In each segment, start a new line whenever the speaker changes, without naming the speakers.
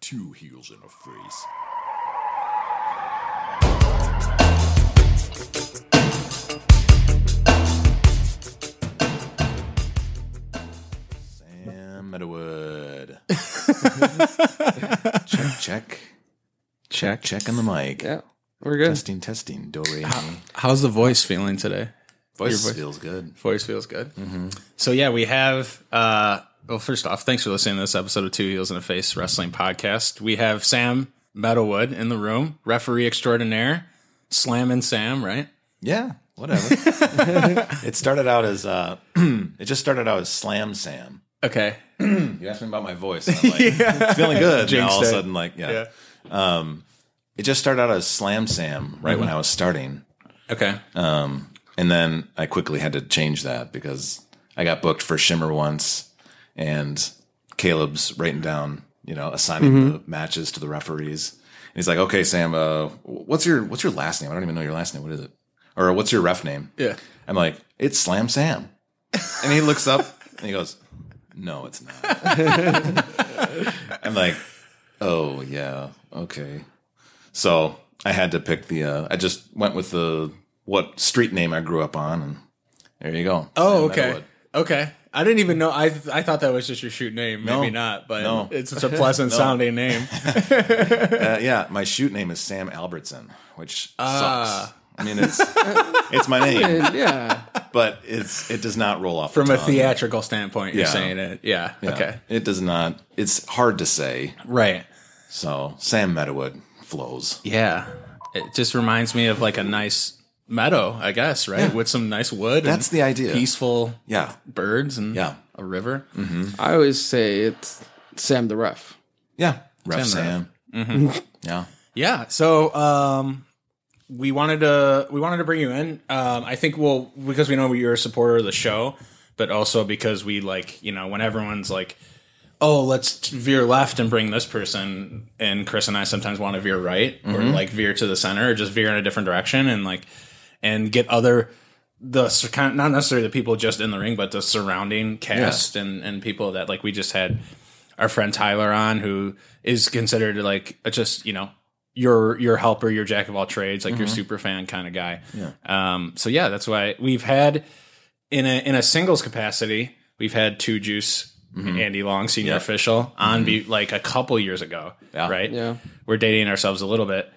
two heels and a face. Sam Meadowood. check, check,
Check.
check on the mic.
Yeah, we're good.
Testing, testing. Do re mi.
How's the voice feeling today?
Voice,
voice-
feels good.
Voice feels good.
Mm-hmm.
So yeah, we have. uh Well, first off, thanks for listening to this episode of Two Heels and a Face Wrestling Podcast. We have Sam Meadowood in the room, referee extraordinaire, slamming Sam. Right?
Yeah, whatever. it started out as uh, it just started out as Slam Sam.
Okay.
You asked me about my voice. And I'm like, feeling good. And all of a
Jinxed it.
sudden, like, yeah. Um, it just started out as Slam Sam right
Mm-hmm.
when I was starting.
Okay.
Um, and then I quickly had to change that because I got booked for Shimmer once, and Caleb's writing down, you know, assigning
Mm-hmm.
the matches to the referees. And he's like, "Okay, Sam, uh, what's your what's your last name? I don't even know your last name. What is it? Or what's your ref name?"
Yeah.
I'm like, "It's Slam Sam," and he looks up and he goes, "No, it's not." I'm like, "Oh yeah, okay." So I had to pick the. Uh, I just went with the what street name I grew up on, and there you go.
Oh,
Sam
okay.
Meadowood.
Okay. I didn't even know. I I thought that was just your shoot name. Maybe not, but
No.
it's such a pleasant sounding name.
Uh, yeah, my shoot name is Sam Albertson, which
Ah.
sucks. I mean, it's it's my name,
And yeah.
but it's it does not roll off the
From a
tongue.
theatrical standpoint, you're
Yeah.
saying it. Yeah.
Yeah,
Okay.
it does not. It's hard to say.
Right.
So Sam Meadowood flows.
Yeah. It just reminds me of like a nice meadow, I guess, right? With some nice wood.
That's
and
the idea.
Peaceful
Yeah,
birds and
Yeah. Mm.
a river.
I always say it's Sam the Ref.
yeah. Ref
Sam Mm-hmm.
Sam. Yeah.
Yeah. So um we wanted to we wanted to bring you in. Um I think we'll because we know you're a supporter of the show, but also because we like, you know, when everyone's like Oh, let's t- veer left and bring this person. And Chris and I sometimes want to veer right or
Mm-hmm.
like veer to the center or just veer in a different direction and like and get other the sur- kind- not necessarily the people just in the ring, but the surrounding cast and and people that like we just had our friend Tyler on, who is considered like a just you know your your helper, your jack of all trades, like your super fan kind of guy. Um, so yeah, that's why we've had in a in a singles capacity, we've had two juice. Andy Long, senior official, on be like a couple years ago,
Yeah.
right?
Yeah.
we're dating ourselves a little bit,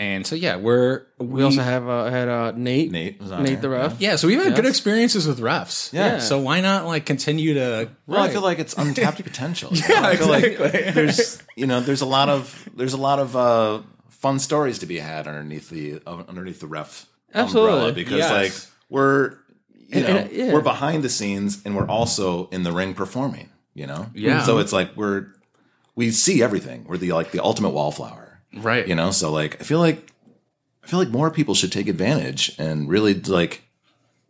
and so yeah, we're
We also have uh, had uh, Nate.
Nate was on there,
Nate the Ref.
yeah, so we've had good experiences with refs.
Yeah.
So why not like continue to
Well, I
Right.
feel like it's untapped potential. you know? I feel like there's you know there's a lot of there's a lot of uh, fun stories to be had underneath the uh, underneath the ref umbrella
Absolutely.
because
Yes.
like we're you know
and, yeah.
we're behind the scenes and we're also in the ring performing. You know,
Yeah.
So it's like we're we see everything. We're the like the ultimate wallflower,
right?
you know. So like I feel like I feel like more people should take advantage and really like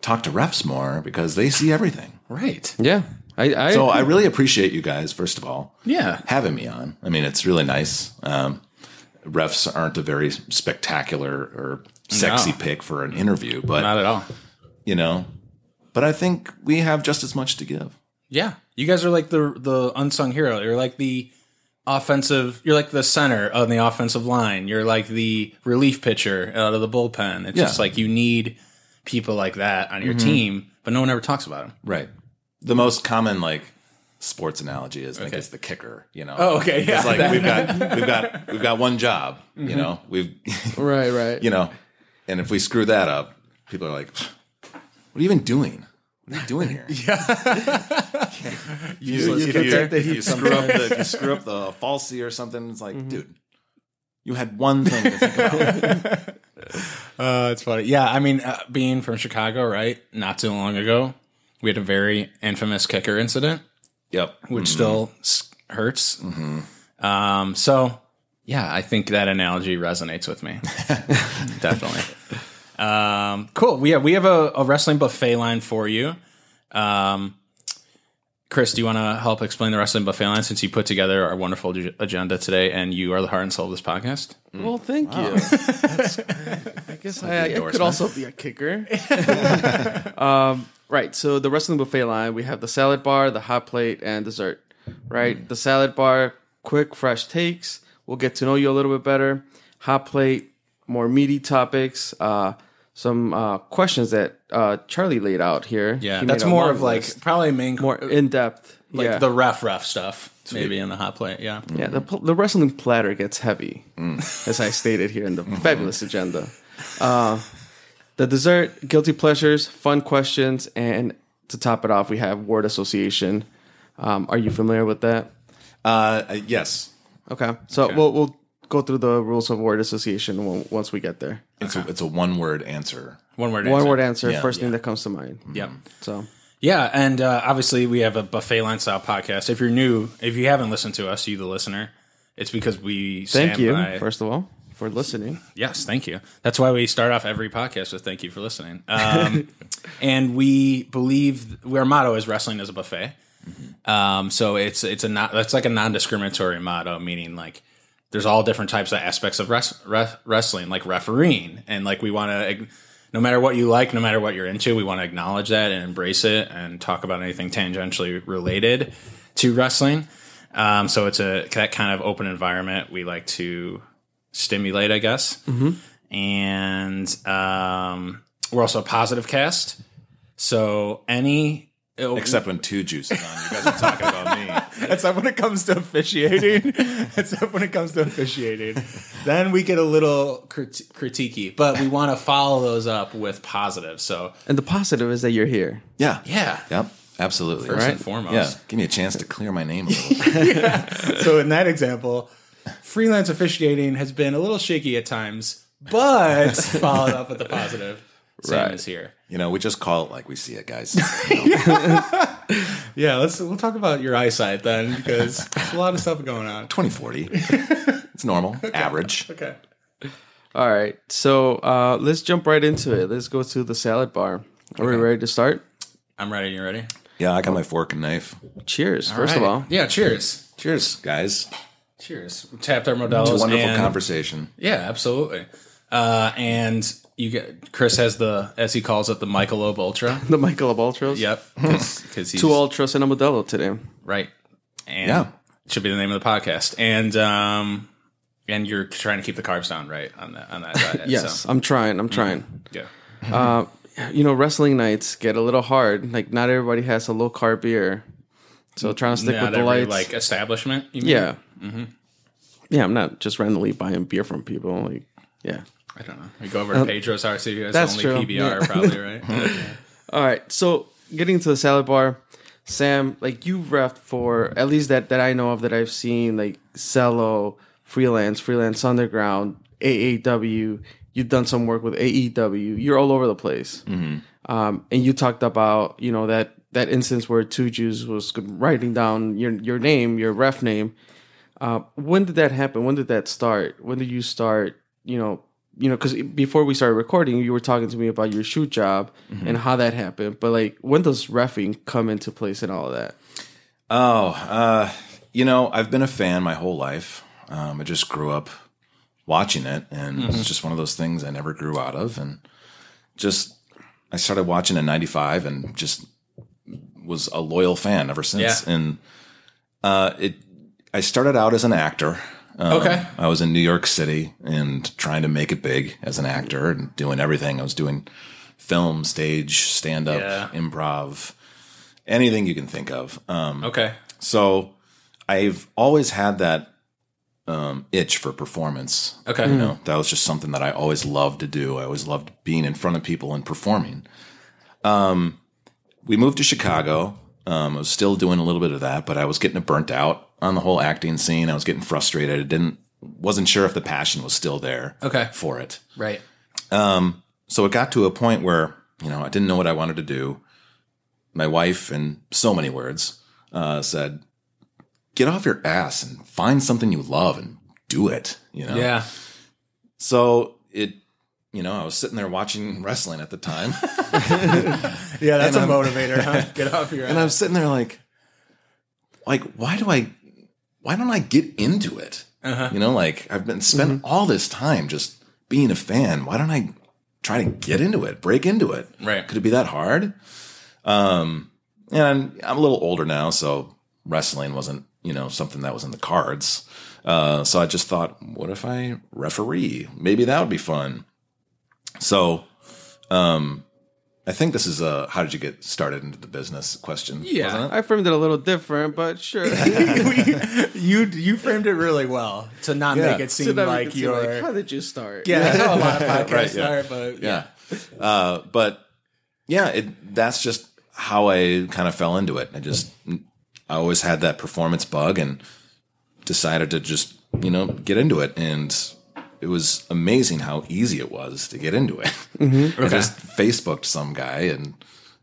talk to refs more because they see everything.
right?
Yeah. I, I
So I really appreciate you guys, first of all,
Yeah,
having me on. I mean, it's really nice. Um, refs aren't a very spectacular or sexy
No.
pick for an interview, but
not at all.
you know, but I think we have just as much to give.
Yeah, you guys are like the the unsung hero. You're like the offensive. You're like the center on the offensive line. You're like the relief pitcher out of the bullpen. It's
Yeah. Mm-hmm.
just like you need people like that on your team, but no one ever talks about them.
Right. The most common like sports analogy is I think is the kicker, you know.
Oh, okay, yeah. Mm-hmm.
It's like we've got we've got we've got one job, you know. We've
right, right.
you know, and if we screw that up, people are like, what are you even doing? What are you doing here? you, if, you, if you screw up the, if you screw up the falsy or something, it's
Mm-hmm.
like, dude, you had one thing to think about.
Uh, it's funny. Yeah, I mean, uh, being from Chicago, right? Not too long ago, we had a very infamous kicker incident.
yep.
which
Mm-hmm.
still s- hurts. Um, so yeah, I think that analogy resonates with me. Definitely. Um, cool. We have, we have a, a wrestling buffet line for you. Um, Chris, do you want to help explain the wrestling buffet line since you put together our wonderful ag- agenda today and you are the heart and soul of this podcast?
Well, thank you. I guess I, I could
endorsement.
also be a kicker. um, right. So the rest of the buffet line, we have the salad bar, the hot plate, and dessert. Right. The salad bar quick, fresh takes. We'll get to know you a little bit better. Hot plate, more meaty topics. Uh, some uh, questions that uh, Charlie laid out here.
Yeah,
He
that's
made a
more
long
of like
list.
probably main
more in depth.
like
yeah.
the rough rough stuff maybe in the hot plate. Yeah,
Yeah, the, pl- the wrestling platter gets heavy, as I stated here in the fabulous agenda. Uh, the dessert, guilty pleasures, fun questions, and to top it off, we have word association. Um, are you familiar with that?
Uh, uh, yes,
Okay, so we'll we'll go through the rules of word association w- once we get there.
it's a, it's a one word answer.
one word.
One
answer.
word answer,
Yeah,
first thing that comes to mind.
Yep.
So
Yeah, and uh, obviously we have a buffet line style podcast. If you're new, if you haven't listened to us, you the listener, it's because we
thank
stand
you,
by-
first of all, for listening.
Yes, thank you. That's why we start off every podcast with "Thank you for listening." Um, and we believe our motto is "Wrestling is a buffet." Um, so it's it's a not that's like a non-discriminatory motto, meaning like there's all different types of aspects of res- res- wrestling, like refereeing, and like we want to, no matter what you like, no matter what you're into, we want to acknowledge that and embrace it, and talk about anything tangentially related to wrestling. Um, so it's a that kind of open environment we like to stimulate, I guess. And um, we're also a positive cast. So any oh,
Except when two juices on, you guys are talking about me.
except when it comes to officiating, except when it comes to officiating, then we get a little crit- critiquey. But we want to follow those up with positive. So
And the positive is that you're here.
Yeah,
yeah.
yep, absolutely.
First
Right?
and foremost.
Yeah, give me a chance to clear my name a little.
So in that example, freelance officiating has been a little shaky at times, but followed up with the positive. Same
Right.
as here.
You know, we just call it like we see it, guys.
Yeah, let's we'll talk about your eyesight then because there's a lot of stuff going on.
Twenty forty, it's normal, average.
Okay.
All right, so uh, let's jump right into it. Let's go to the salad bar. Are we ready to start?
I'm ready. You ready?
Yeah, I got my fork and knife.
Cheers, first of all.
Yeah, cheers.
Cheers, guys.
Cheers. We tapped our Modelo's.
Wonderful
and-
conversation.
Yeah, absolutely. Uh, and you get Chris has the, as he calls it, the Michelob Ultra.
The Michael Ultras.
Yep. Because he's
Two Ultras and a Modelo today.
right. And
Yeah.
Should be the name of the podcast. And, um, and you're trying to keep the carbs down, right? On that, on that diet.
Yes,
So, Mm-hmm.
I'm trying. I'm trying. Uh,
yeah.
You know, wrestling nights get a little hard. Like, not everybody has a low carb beer. So, trying to stick
Not
with the
every,
lights.
like Mm-hmm. establishment. You mean?
yeah. Yeah, I'm not just randomly buying beer from people. Like, yeah.
I don't know. We go over to Pedro's RC. He has
Uh, that's
only
true.
PBR,
Yeah. Mm-hmm.
probably, right?
All right. So getting to the salad bar, Sam, like you ref for at least that that I know of that I've seen, like Cello, freelance, freelance underground, AAW. You've done some work with AEW. You're all over the place. Um, and you talked about you know that that instance where two Jews was writing down your your name, your ref name. Uh, when did that happen? When did that start? When did you start? You know, you know, because before we started recording, you were talking to me about your shoot job
Mm-hmm.
and how that happened. But like, when does refing come into place and all of that?
Oh, uh, you know, I've been a fan my whole life. Um, I just grew up watching it, and
Mm-hmm.
it's just one of those things I never grew out of. And just, I started watching in '95, and just was a loyal fan ever since.
Yeah.
And uh, it, I started out as an actor. Um,
Okay.
I was in New York City and trying to make it big as an actor and doing everything. I was doing film, stage, stand up,
Yeah.
improv, anything you can think of. Um,
okay.
so I've always had that um, itch for performance.
Okay.
Mm.
You know, that was just something that I always loved to do. I always loved being in front of people and performing. Um, we moved to Chicago. Um, I was still doing a little bit of that, but I was getting burnt out on the whole acting scene. I was getting frustrated. I didn't wasn't sure if the passion was still there
Okay.
for it
Right.
so it got to a point where you know I didn't know what I wanted to do. My wife, in so many words, uh, said, "Get off your ass and find something you love and do it." You know.
Yeah.
So it, you know, I was sitting there watching wrestling at the time,
Yeah. That's
And
a
I'm-
motivator. Huh? Get off your.
and I'm sitting there like, like why do I, why don't I get into it?
Uh-huh.
You know, like I've been spent all this time just being a fan. Why don't I try to get into it, break into it?
Right.
Could it be that hard? Um, and I'm a little older now, so wrestling wasn't you know something that was in the cards. Uh, so I just thought, what if I referee? Maybe that would be fun. So, um, I think this is a how did you get started into the business question?
Yeah.
wasn't it?
I framed it a little different, but sure.
you you framed it really well to not
Yeah.
make it
So
seem
that we
like
could see, like,
you're.
how did you start?
yeah, that's how a lot of podcasts
Right, yeah.
start, but
yeah. Uh, but yeah, it, that's just how I kind of fell into it. I just I always had that performance bug and decided to just you know get into it, and it was amazing how easy it was to get into it. I just Facebooked some guy and.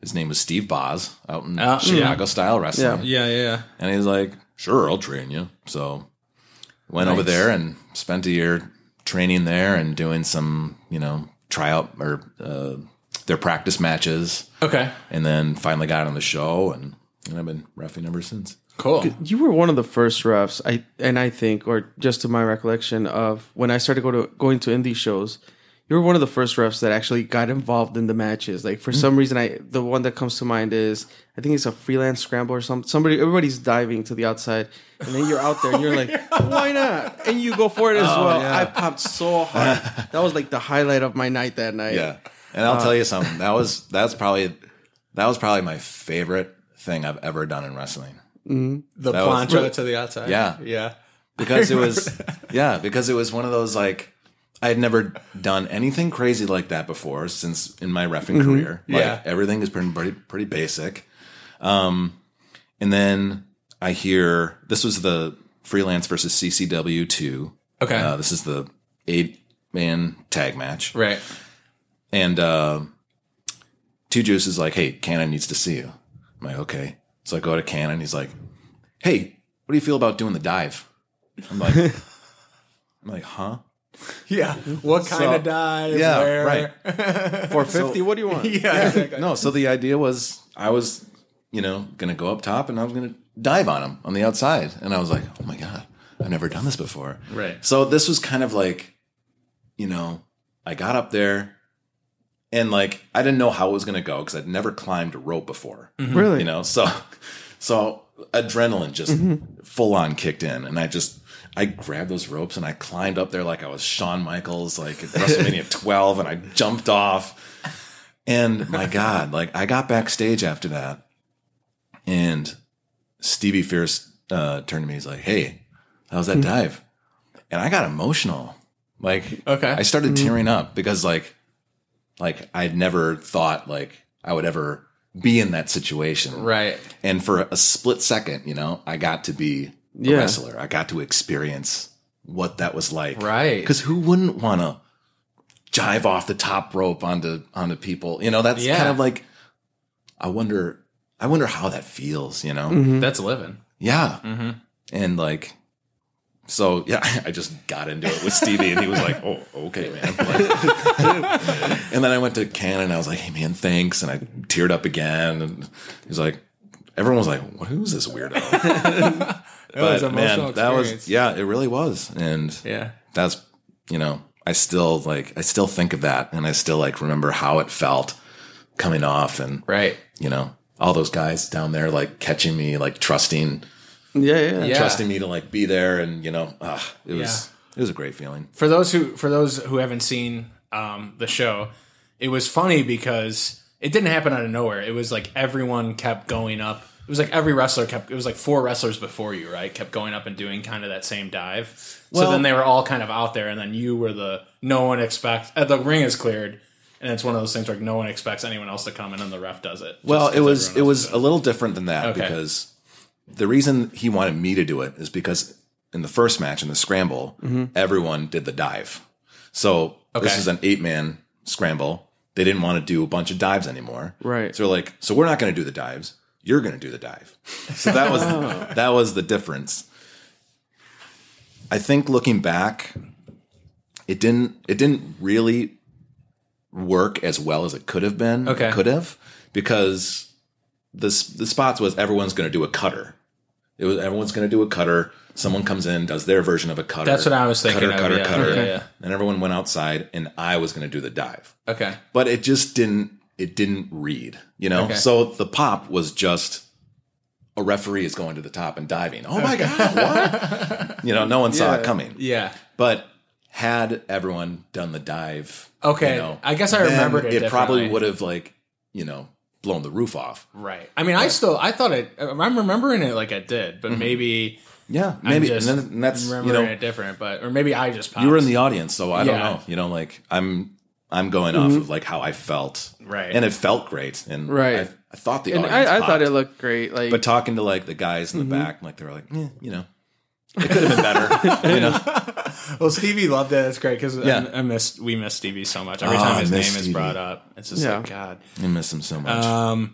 His name was Steve Boz out in
Uh,
Chicago style wrestling.
yeah, yeah.
And he's like, sure, I'll train you. So went over there and spent a year training there and doing some, you know, tryout or uh, their practice matches.
Okay,
And then finally got on the show and, and I've been refing ever since.
cool.
You were one of the first refs, I and I think, or just to my recollection of when I started go to, going to indie shows, you were one of the first refs that actually got involved in the matches. Like for some reason, I the one that comes to mind is I think it's a freelance scramble or something. Somebody, everybody's diving to the outside, and then you're out there and you're like, why not? And you go for it as well. I popped so hard. that was like the highlight of my night that night.
Yeah. And I'll tell you something. That was, that's probably, that was probably my favorite thing I've ever done in wrestling.
The
That was-
plancha to the outside.
Yeah.
yeah.
because it was yeah because it was one of those like i had never done anything crazy like that before since in my refing career like
Yeah.
everything is pretty, pretty pretty basic um and then i hear this was the freelance versus ccw 2
Okay,
uh, this is the eight man tag match
right.
and uh, Two Juice is like, hey, Cannon needs to see you. I'm like, okay. So I go to Cannon. He's like, hey, what do you feel about doing the dive? I'm like, I'm like, huh?
Yeah, what kind
So-
of dive?
Yeah,
where?
right.
450. what do you want?
Yeah, exactly.
No, so the idea was I was, you know, gonna go up top and I was gonna dive on him on the outside. And I was like, oh my God, I've never done this before.
Right.
So this was kind of like, you know, I got up there and like I didn't know how it was gonna go because I'd never climbed a rope before.
Really?
You know, so so adrenaline just full on kicked in and I just I grabbed those ropes and I climbed up there like I was Shawn Michaels, like at WrestleMania 12, and I jumped off. And my God, like I got backstage after that, and Stevie Fierce uh, turned to me. He's like, "Hey, how's
Hmm.
that dive?" And I got emotional. Like,
Okay.
I started tearing up because like, like I'd never thought like I would ever be in that situation,
Right.
And for a split second, you know, I got to be a
Yeah.
wrestler. I got to experience what that was like,
Right.
Because who wouldn't want to? jive off the top rope onto onto people. You know, that's
Yeah.
kind of like I wonder I wonder how that feels, you know?
That's living.
Yeah.
Mm-hmm.
And like so yeah, I just got into it with Stevie and he was like, Oh, okay, man. Like- and then I went to Ken and I was like, Hey man, thanks. And I teared up again and he was like everyone was like, Who's this weirdo?
was
but
an emotional
man, that was
experience.
yeah, it really was. And
Yeah.
that's you know i still like i still think of that and i still like remember how it felt coming off and
Right.
you know all those guys down there like catching me like trusting
Yeah, yeah.
Yeah.
trusting me to like be there and you know uh, it was it was a great feeling
for those who for those who haven't seen um, the show, it was funny because it didn't happen out of nowhere. It was like everyone kept going up. It was like every wrestler kept. It was like four wrestlers before you, right? Kept going up and doing kind of that same dive. so
Well-
then they were all kind of out there, and then you were the no one expects. Uh, the ring is cleared, and it's one of those things where like no one expects anyone else to come, and then the ref does it.
well
Just
it
'cause
was
everyone
it
else
was
is
a
doing
little different than that
Okay.
because the reason he wanted me to do it is because in the first match in the scramble everyone did the dive so this
Mm-hmm. Okay.
is an eight man scramble they didn't want to do a bunch of dives anymore
Right.
so we're like so we're not going to do the dives you're going to do the dive so that was
Oh.
that was the difference i think looking back it didn't it didn't really work as well as it could have been
Okay.
could have because the s- the spots was everyone's going to do a cutter it was everyone's going to do a cutter someone comes in does their version of a cutter
That's what I was thinking
cutter
of,
cutter
yeah.
cutter
Yeah, yeah.
and everyone went outside and i was going to do the dive
it. okay.
but it just didn't it didn't read you know
Okay.
so the pop was just a referee is going to the top and diving. Oh my god, what? you know, no one saw it coming.
Yeah.
But had everyone done the dive,
Okay.
you know,
I guess I
then
remembered it.
It probably
differently.
would have like you know blown the roof off.
Right. I mean, I still I thought it. I'm remembering it like I
Mm-hmm.
did, but maybe
Yeah, maybe.
just
and, then, and that's you
remembering
know
it different. But or maybe I just popped.
you were in the audience, so I don't
Yeah. Mm-hmm.
know. You know, like I'm I'm going off of like how I felt,
Right.
And it felt great, and I,
Right.
I thought the
And
audience.
I, I thought
popped.
it looked great. Like
but talking to like the guys in the
Mm-hmm.
back, like they were like, eh, you know, it could have been better. you know,
well, Stevie loved it. That's great because
Yeah.
I, I missed we miss Stevie so much. Every
Oh,
time
I
his name
miss
is
Stevie.
brought up, it's just
Yeah.
like God.
I miss him so much.
Uh,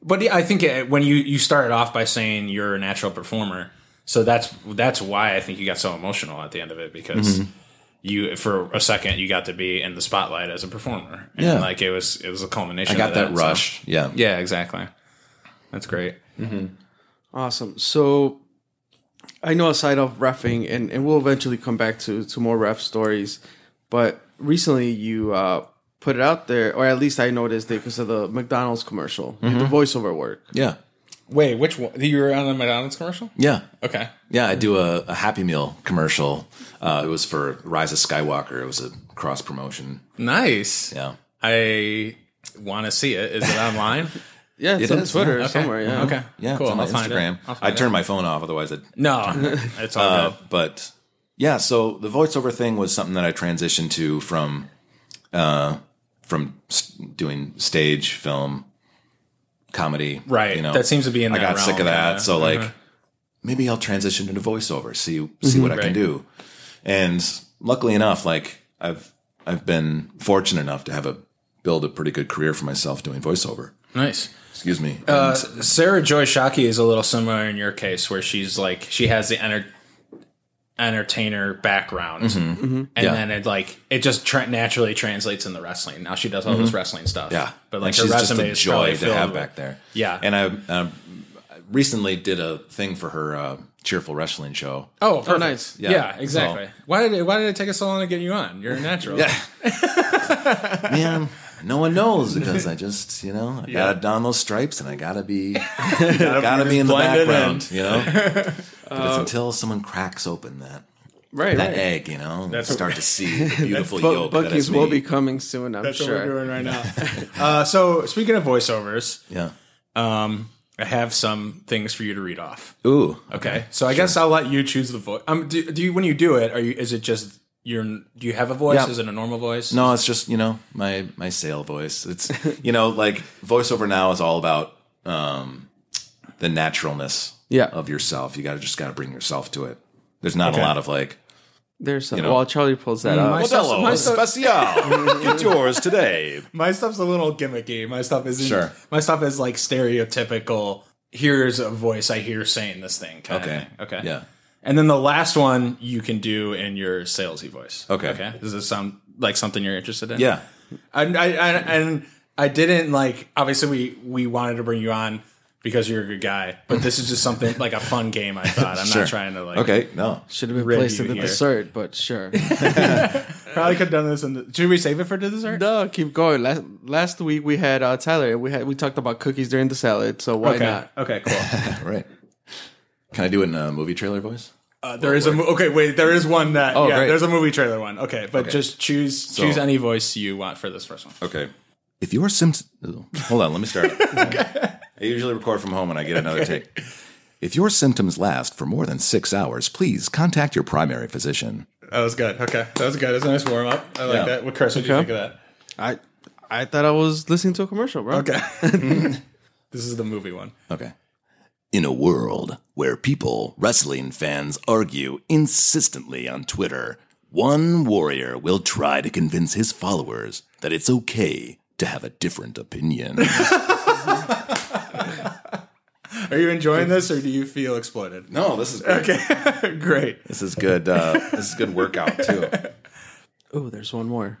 But yeah, I think it, when you you started off by saying you're a natural performer, so that's that's why I think you got so emotional at the end of it because
Mm-hmm.
you for a second you got to be in the spotlight as a performer. And
Yeah.
like it was it was a culmination.
I got
of
that,
so-
rush. Yeah.
Yeah, exactly. That's great.
Awesome. So I know aside of refing, and, and we'll eventually come back to, to more ref stories, but recently you uh, put it out there, or at least I noticed it because of the McDonald's commercial, the
Mm-hmm.
voiceover work.
yeah,
Wait, which one? You were on the McDonald's commercial?
yeah,
Okay.
yeah. I do a, a Happy Meal commercial. Uh, it was for Rise of Skywalker. It was a cross promotion.
Nice.
Yeah,
I want to see it. Is it online?
Yeah, it's
It
on
is,
Twitter
yeah.
somewhere. Yeah.
okay.
yeah.
Cool.
It's on my
I'll find
Instagram.
It. I'll
I
find
turned my phone off, otherwise I'd
It. No, it's all
Uh,
good.
but yeah, so the voiceover thing was something that I transitioned to from uh, from s doing stage, film, comedy.
Right.
You know,
That seems to be in
I
that
got sick of
realm, Mm-hmm.
that,
kinda. Uh-huh.
so like maybe I'll transition into voiceover. See see what I can
Mm-hmm. Right.
do. And luckily enough, like I've I've been fortunate enough to have a build a pretty good career for myself doing voiceover.
Nice.
Excuse me.
Uh, Sarah Joy Shockey is a little similar in your case, where she's like she has the enter- entertainer background, Mm-hmm. and
Mm-hmm. Yeah.
then it like it just tra- naturally translates in the wrestling. Now she does all this wrestling stuff.
Mm-hmm. Yeah,
but like
And
her resume is probably
to
filled
have
with-
back there.
Yeah.
and I, um, I recently did a thing for her uh, cheerful wrestling show.
Oh, perfect.
nice.
Yeah,
Yeah,
exactly. Why did it, why did it take us so long to get you on? You're a natural.
Man, no one knows because I just you know I gotta don those stripes and I gotta be gotta be in the
blend it in.
background. You know, but it's until someone cracks open that.
Right.
That
right.
egg, you know, you
what-
start to see the beautiful
But
yolk. that
Bucky's
is
will
me.
be coming soon, I'm
That's what we're
sure.
doing right now. uh, so speaking of voiceovers,
Yeah.
um, I have some things for you to read off.
Ooh.
Okay, so I guess I'll let you choose the voice. Um, do, do you when you do it? Are you? Is it just your? Do you have a voice?
Yeah.
Is it a normal voice?
No, it's just you know my my sale voice. It's you know like voiceover now is all about um, the naturalness
Yeah.
of yourself. You got to just got to bring yourself to it. There's not
Okay.
a lot of like
There's some.
You know. Mm,
Well, Charlie pulls that up.
My stuff's-
Modelo
my stuff-
Especial. Get yours today.
My stuff's a little gimmicky. My stuff is
Sure.
My stuff is like stereotypical. Here's a voice I hear saying this thing. Kind
Okay.
Of thing. Okay.
Yeah.
And then the last one you can do in your salesy voice.
Okay.
Okay. Does this sound like something you're interested in?
Yeah.
And I, I and I didn't like. Obviously, we we wanted to bring you on because you're a good guy, but this is just something like a fun game. I thought I'm
Sure.
not trying to like.
Okay. No.
Should have been
Review
placed in the
here.
dessert, but sure.
Probably could have done this. In the, should we save it for dessert?
no, keep going. Last last week we had uh, Tyler. We had we talked about cookies during the salad, so why
okay.
not?
Okay. Cool.
All right. Can I do it in a movie trailer voice?
Uh, there is a mo- okay. Wait, there is one that.
Oh,
yeah,
great.
There's a movie trailer one. Okay, but just choose choose
So-
any voice you want for this first one.
Okay. If your Simpsons, oh, hold on, let me start. I usually record from home and I get another take. If your symptoms last for more than six hours, please contact your primary physician.
That was good. Okay, that was good. That's a nice warm up. I like
Yeah.
that. What Chris? What do you
Okay.
think of that?
I I thought I was listening to a commercial, bro.
Okay. this is the movie one.
Okay. In a world where people, wrestling fans, argue insistently on Twitter, one warrior will try to convince his followers that it's okay to have a different opinion.
Are you enjoying this, or do you feel exploited?
no, this is good.
Okay. Great.
This is good. Uh, this is good workout too.
Oh, there's one more,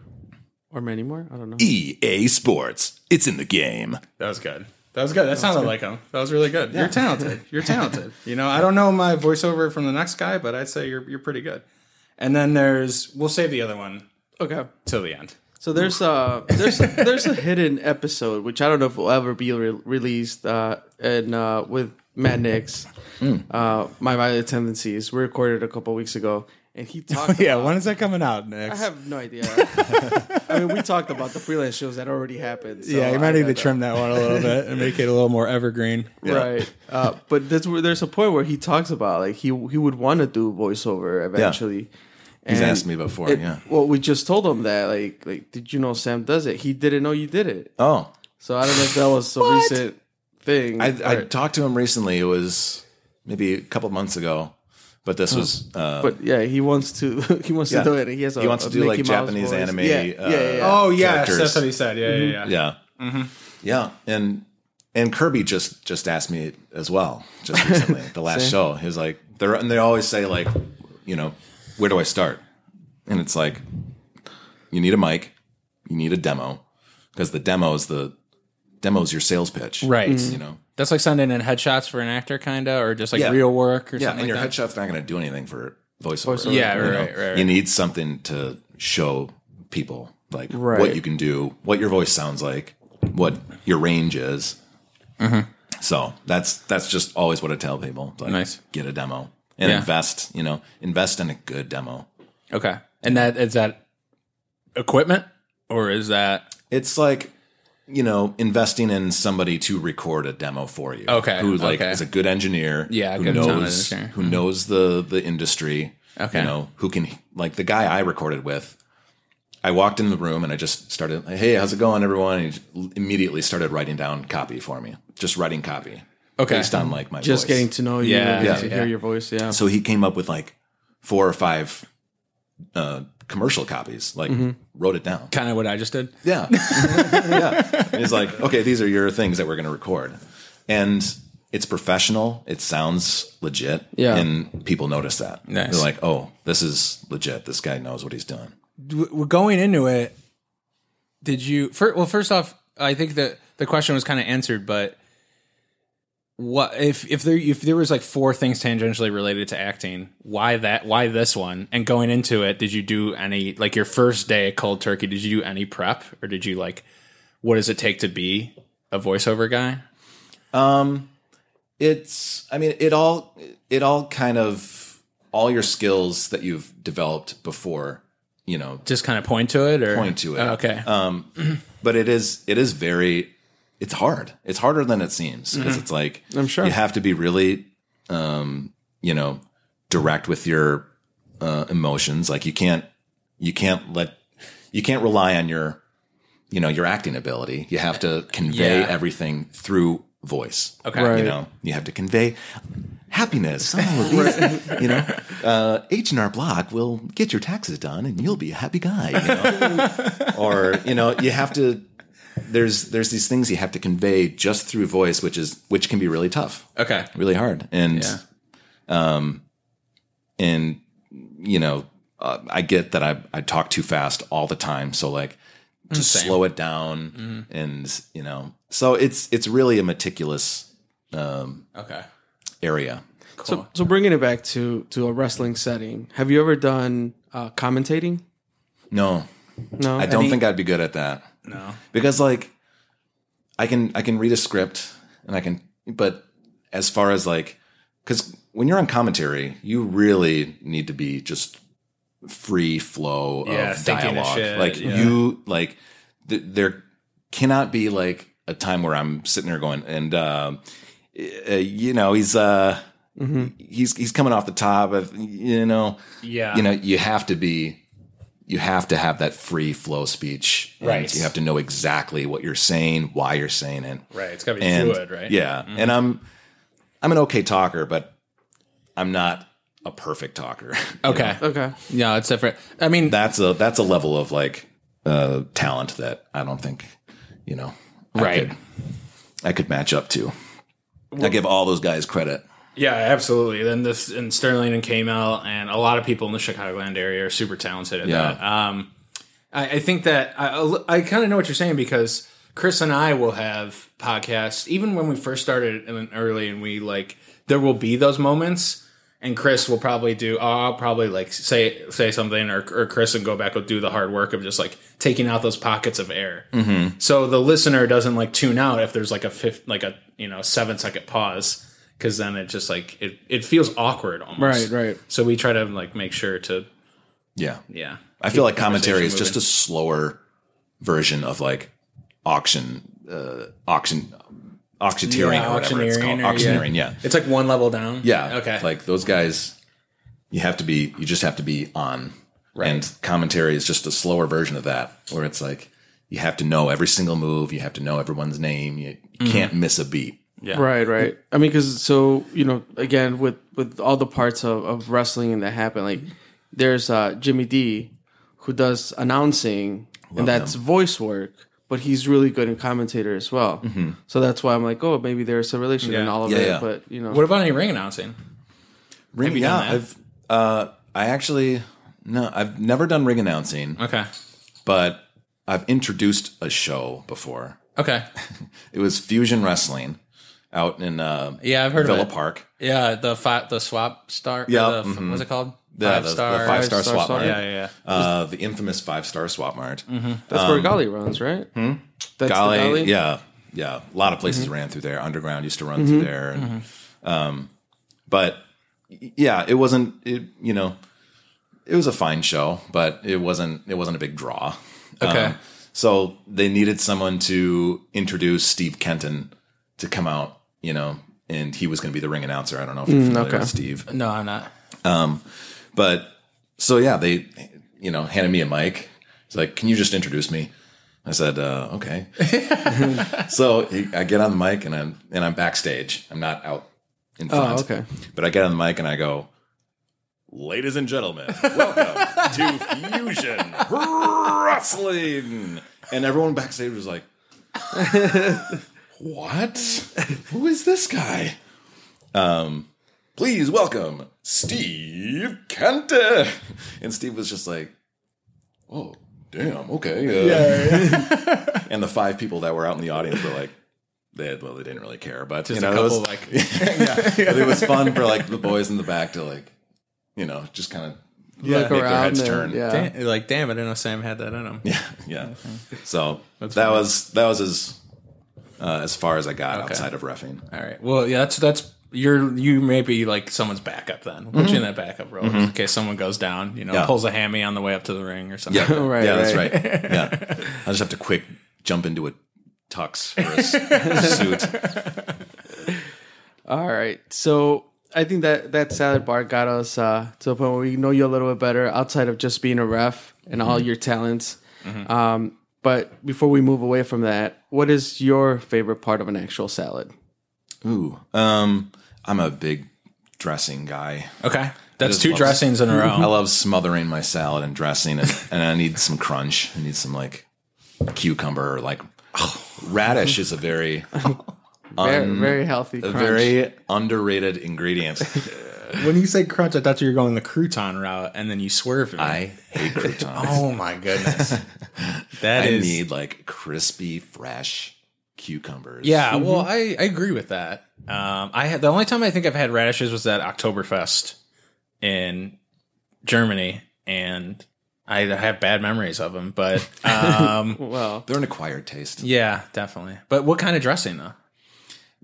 or many more. I don't
E-
know.
EA E Sports. It's in the game.
That was good. That was good. That, sounded like him. That was really good. You're talented. You're talented. you know, I don't know my voiceover from the next guy, but I'd say you're you're pretty good. And then there's we'll save the other one
Okay.
till the end.
So there's a there's a, there's a hidden episode which I don't know if will ever be re- released uh, and uh, with Matt Nix,
Hmm.
uh, My Violent Tendencies. We recorded a couple weeks ago, and he talked.
Yeah, when is that coming out next?
I have no idea. I mean, we talked about the freelance shows that already happened. so
yeah, you
I
might need to
gotta-
trim that one a little bit and make it a little more evergreen.
Right, uh, but that's where there's a point where he talks about like he he would want to do voiceover eventually.
He's
And
asked me before,
it-
yeah.
Well, we just told him that like like did you know Sam does it? He didn't know you did it.
Oh,
So I don't know if that was a recent thing.
I, I
or-
talked to him recently. It was maybe a couple months ago, but this was uh,
but yeah, he wants to he wants
Yeah.
to do it. He has a
he wants
a
to do like
Mickey Mouse
Japanese
voice.
anime.
Yeah,
uh,
yeah, yeah, yeah.
Oh yes,
characters.
that's what he said. Yeah,
Mm-hmm.
yeah, yeah.
yeah, yeah, and and Kirby just just asked me as well just recently the last show. He was like, they're and they always say like, you know, where do I start? And it's like, you need a mic, you need a demo, because the demo is the demo is your sales pitch,
Right.
You know,
That's like sending in headshots for an actor, kind of, or just like
Yeah.
real work or
yeah,
something
and your
like that.
headshot's not going to do anything for voiceover.
Voiceover.
Yeah,
you
right,
know?
right, right,
You
right.
need something to show people like
Right.
what you can do, what your voice sounds like, what your range is.
Mm-hmm.
So that's that's just always what I tell people. It's Like,
Nice.
Get a demo and
Yeah.
invest. You know, invest in a good demo.
Okay, and that is that equipment, or is that
It's like you know investing in somebody to record a demo for you.
Okay,
who like
okay.
is a good engineer.
Yeah, a
who
good sound
knows
engineer.
who knows the the industry.
Okay.
you know who can like the guy I recorded with. I walked in the room and I just started. Hey, how's it going, everyone? And he j- immediately started writing down copy for me. Just writing copy
okay?
based on like my
just
voice.
getting to know you,
Yeah,
yeah,
yeah,
to
yeah.
hear your voice. Yeah,
So he came up with like four or five uh, commercial copies. Like
Mm-hmm.
wrote it down.
kind of what I just did.
Yeah. yeah. And he's like, okay, these are your things that we're going to record. And it's professional. It sounds legit.
Yeah.
And people notice that.
Nice.
They're like, oh, this is legit. This guy knows what he's doing.
w- going into it, did you? Fir, well, first off, I think that the question was kind of answered, but what if if there if there was like four things tangentially related to acting? Why that? Why this one? And going into it, did you do any like your first day at cold turkey? Did you do any prep, or did you like what does it take to be a voiceover guy?
Um, it's, I mean, it all, it all kind of, all your skills that you've developed before, you know,
Just kind of point to it, or
Point to it. Um,
Oh, okay,
but it is it is very it's hard it's harder than it seems 'cause it's like
Mm-hmm. I'm sure.
you have to be really um you know direct with your uh emotions like you can't you can't let you can't rely on your you know your acting ability you have to convey
Yeah.
everything through voice
okay,
Right.
you know you have to convey happiness oh, these- you know uh, h&r block will get your taxes done and you'll be a happy guy you know? or you know you have to there's there's these things you have to convey just through voice which is which can be really tough
okay,
really hard and
Yeah.
um and you know uh, i get that i i talk too fast all the time so like just
Same. Mm-hmm.
slow it down and you know so it's it's really a meticulous
okay.
area
So, so bringing it back to to a wrestling setting, have you ever done uh, commentating?
no
No,
i don't think i'd be good at that
No,
because like i can i can read a script and i can but as far as like because when you're on commentary you really need to be just free flow
Yeah,
of
thinking of
dialogue
shit,
like
yeah.
you like th- there cannot be like a time where i'm sitting there going and um uh, you know he's uh
Mm-hmm.
he's he's coming off the top of you know
yeah,
you know you have to be you have to have that free flow speech and
Right.
you have to know exactly what you're saying why you're saying it
right. It's gotta be
and
fluid, right? Mm-hmm.
yeah and i'm i'm an okay talker but i'm not a perfect talker
Okay.
Okay,
No, it's different. I mean,
that's a that's a level of like uh talent that i don't think you know
Right.
i could, I could match up to i give all those guys credit
Yeah, absolutely. Then this and Sterling and KML and a lot of people in the Chicagoland area are super talented at
Yeah.
that. Um, I, I think that I, I kind of know what you're saying because Chris and I will have podcasts even when we first started in- early, and we like there will be those moments. And Chris will probably do. Oh, I'll probably like say say something, or, or Chris and go back will do the hard work of just like taking out those pockets of air,
Mm-hmm.
so the listener doesn't like tune out if there's like a fifth, like a you know seven second pause because then it just like it, it feels awkward almost.
Right, right.
So we try to like make sure to
Yeah.
yeah.
I feel like commentary is just a slower version of like auction, uh, auction, auctioneering
Yeah,
or whatever it's
auctioneering
called.
or- yeah.
Auctioneering, yeah.
It's like one level down.
Yeah.
Okay.
Like those guys, you have to be, you just have to be on. And commentary is just a slower version of that, where it's like you have to know every single move, you have to know everyone's name, you, you
Mm-hmm.
can't miss a beat.
Yeah.
Right, right. I mean, because so you know, again, with with all the parts of, of wrestling that happen, like there's uh, Jimmy D, who does announcing, and that's voice work, but he's really good in commentator as well. So that's why I'm like, oh, maybe there's a relation in
Yeah.
all of
Mm-hmm. Yeah,
it.
yeah.
But you know,
what about any ring announcing?
Ring,
you
yeah,
done that?
I've, uh, I actually, no, I've never done ring announcing,
Okay.
but I've introduced a show before.
Okay.
It was Fusion Wrestling out in uh,
Yeah, I've heard
Villa
of it.
Park.
Yeah, the fi- the swap star.
Yeah,
Yeah. The, f-
mhm.
What's it called?
Yeah, the- the five star Mm-hmm.
Five-star
swap
swap.
mart.
Yeah, yeah, yeah.
Uh, the infamous five star swap mart.
that's where Golly runs, right? That's the
Golly, Um, hmm? yeah, yeah. A lot of places ran through there. Underground used to run through there, and, um, but y- yeah, it wasn't. It you know, it was a fine show, but it wasn't. It wasn't a big draw. Um,
Okay.
so they needed someone to introduce Steve Kenton to come out. You know, and he was going to be the ring announcer. I don't know if you're familiar
okay.
with Steve.
No, I'm not.
But so yeah, they you know handed me a mic. It's like, can you just introduce me? I said, uh, okay. so he, I get on the mic and I'm and I'm backstage. I'm not out in
Oh,
front.
okay.
But I get on the mic and I go, ladies and gentlemen, welcome to Fusion Wrestling. And everyone backstage was like, what? Who is this guy? Um, please welcome Steve Cantor. And Steve was just like, oh, damn, okay. uh." and the five people that were out in the audience were like, they, well, they didn't really care, but
Just
you know,
a
it
couple
was-
like
but it was fun for like the boys in the back to like, you know, just kind of
Look
make their
around
heads
and-
turn.
Yeah.
damn, like damn, I didn't know Sam had that in him.
yeah, yeah.
Mm-hmm.
So that was that was as uh, as far as I got outside of refing.
All right. Well, yeah, that's that's you're you may be like someone's backup then. Put you in that backup role in case someone goes down. You know,
Mm-hmm. Yeah.
pulls a hammy on the way up to the ring or something.
Yeah,
Right,
yeah, that's
right.
right. Yeah, I just have to quick jump into a tux or a s- suit.
All right. So I think that that salad bar got us uh, to a point where we know you a little bit better outside of just being a ref and all
Mm-hmm.
your talents. Um, but before we move away from that, what is your favorite part of an actual salad?
Ooh, um, I'm a big dressing guy.
Okay, that's
just
two
love-
dressings in a
I
row.
love smothering my salad and dressing, and, and I need some crunch. I need some like cucumber or like radish is a very
Very, very healthy.
a
Crunch.
very underrated ingredient.
when you say crunch, I thought you were going the crouton route, and then you swerved. me.
I hate croutons.
oh my goodness, That
I
is.
need like crispy, fresh cucumbers.
yeah, well, I, I agree with that. Um, I had the only time I think I've had radishes was at Oktoberfest in Germany, and I have bad memories of them. But um,
well.
They're an acquired taste.
Yeah, definitely. But what kind of dressing though?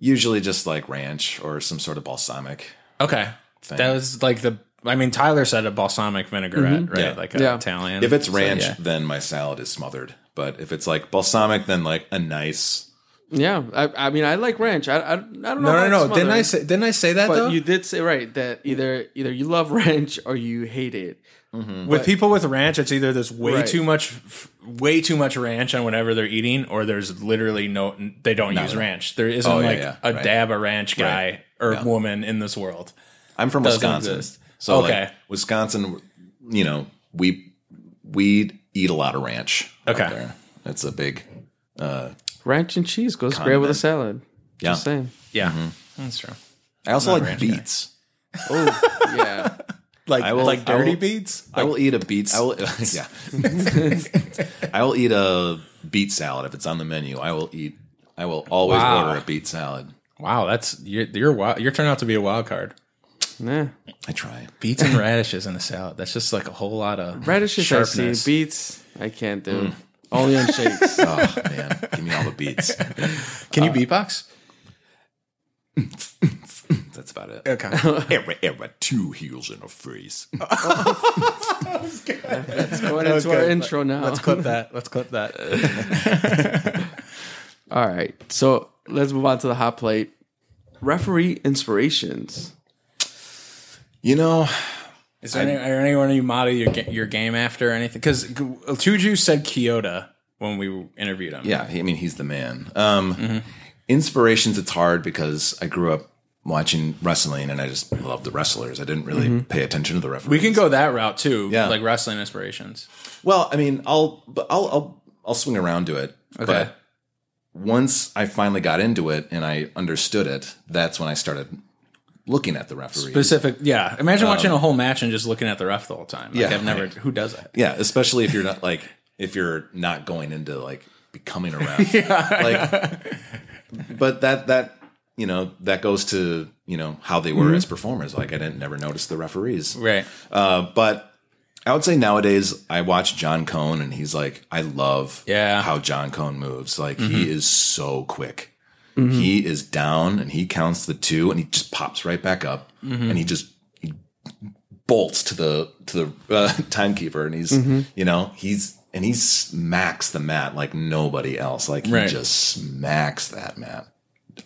Usually just like ranch or some sort of balsamic.
Okay, that was like the. I mean, Tyler said a balsamic vinaigrette, right?
Yeah.
Like a
Yeah.
Italian.
If it's
So,
ranch,
yeah.
then my salad is smothered. But if it's like balsamic, then like a nice.
Yeah, I, I mean, I like ranch. I, I, I don't know.
no,
about
no, no.
smothering,
Didn't I say? Didn't I say that
But
though?
you did say right that either either you love ranch or you hate it.
with people with ranch, it's either there's way
Right.
too much, f- way too much ranch on whatever they're eating, or there's literally no. They don't use ranch. There isn't
Oh, yeah,
like
yeah,
a
right.
dab of ranch guy
Right.
or
Yeah.
woman in this world.
I'm from
Doesn't
Wisconsin,
exist.
so like
Okay.
Wisconsin, you know, we we eat a lot of ranch. out
Okay.
there. that's a big.
Ranch and cheese goes great with a salad.
Yeah,
Just saying.
Yeah, Mm-hmm. that's true.
I also like beets.
Oh yeah.
Like
will-
like
I will-
dirty beads.
I will eat a beet. I will, yeah. I will eat a beet salad if it's on the menu. I will eat. I will always
Wow.
order a beet salad.
Wow, that's you're you're wild, you're turning out to be a wild card.
Yeah.
I try.
Beets and radishes in a salad. That's just like a whole lot of
Radishes I
sharpness.
see. Beets I can't do. Only on shakes.
Mm. Oh man, give me all the beets.
Can you beatbox?
That's about it.
Okay.
Era, era, two heels and a face.
Going into our
good.
intro now.
Let's clip that. Let's clip that.
All right. So let's move on to the hot plate. Referee inspirations.
You know,
Is there any, are anyone you model your ga- your game after or anything? Because Tuju said Kyoto when we interviewed him.
yeah, he, I mean, he's the man. Um,
Mm-hmm.
Inspirations, it's hard because I grew up watching wrestling and I just loved the wrestlers. I didn't really pay attention to the referees.
Mm-hmm. we can go that route too.
Yeah.
like wrestling inspirations.
Well, I mean, I'll but I'll I'll, I'll swing around to it. But once I finally got into it and I understood it, that's when I started looking at the referees.
Specific, yeah. Imagine watching a whole match and just looking at the ref the whole time. Like,
Um, yeah,
I've never. Who does that?
yeah, especially if you're not like if you're not going into like becoming a ref. Like but that that you know, that goes to, you know, how they were as performers. Like I didn't never notice the referees.
Right.
Uh, but I would say nowadays I watch John Cohn and he's like, I love
Yeah. Mm-hmm.
how John Cohn moves. Like he is so quick. He is down and he counts the two and he just pops right back up
Mm-hmm.
and he just he bolts to the to the uh, timekeeper and he's
Mm-hmm.
you know he's and he smacks the mat like nobody else. Like he
Right.
just smacks that mat,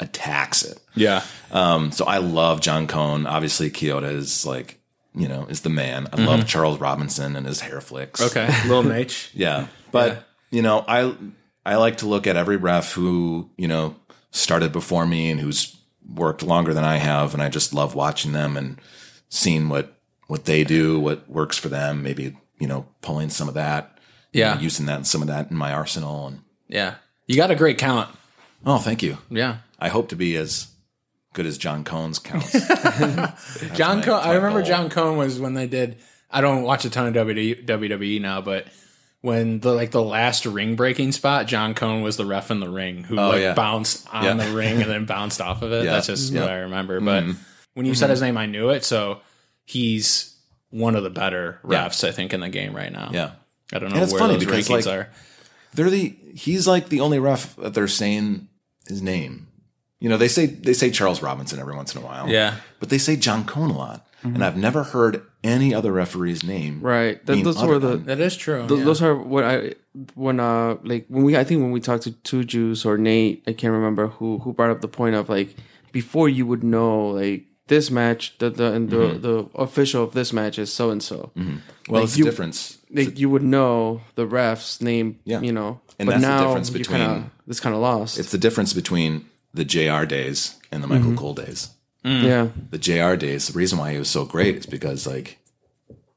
attacks it.
Yeah.
Um, so I love John Cohn. Obviously, Kyoto is like, you know, is the man. I love Charles Robinson and his hair flicks.
Mm-hmm. Okay. Little Nate.
Yeah. But, you know, I I like to look at every ref who, you know, started before me and who's worked longer than I have, and I just love watching them and seeing what what they do, what works for them, maybe, you know, pulling some of that. you know,
Yeah.
using that and some of that in my arsenal and
Yeah. You got a great count.
oh, thank you.
Yeah.
I hope to be as good as John Cohn's counts.
John
my-
Cohn.
that's
I
my
remember
goal.
John Cohn was when they did. I don't watch a ton of WD WWE E now, but when the like the last ring breaking spot, John Cohn was the ref in the ring who like
Oh, yeah.
bounced on
Yeah.
the ring and then bounced off of it.
Yeah.
That's just what
Yeah. Mm-hmm.
I remember. But when you said his name, I knew it. So he's one of the better
Yeah.
refs I think in the game right now.
yeah.
I don't
And
know
it's
where
funny
those
because, like,
rankings are.
they're the he's like the only ref that they're saying his name. You know, they say they say Charles Robinson every once in a while.
Yeah. Mm-hmm.
But they say John Cohn a lot. And I've never heard any other referee's name.
Right. That,
Mean
those
other
were the
than-
That is true.
Th-
yeah.
Those are what I when uh like when we I think when we talked to two Jews or Nate I can't remember who who brought up the point of like before you would know like this match the the and the,
Mm-hmm.
the official of this match is so and so
Well,
Like
it's
you-
the difference.
like you would know the ref's name
Yeah.
you know
And that's the difference
you
between-
kinda, it's kind of lost
It's the difference between the JR days and the Michael
Mm-hmm.
Cole days.
Mm. yeah Oh,
The JR days, the reason why he was so great is because like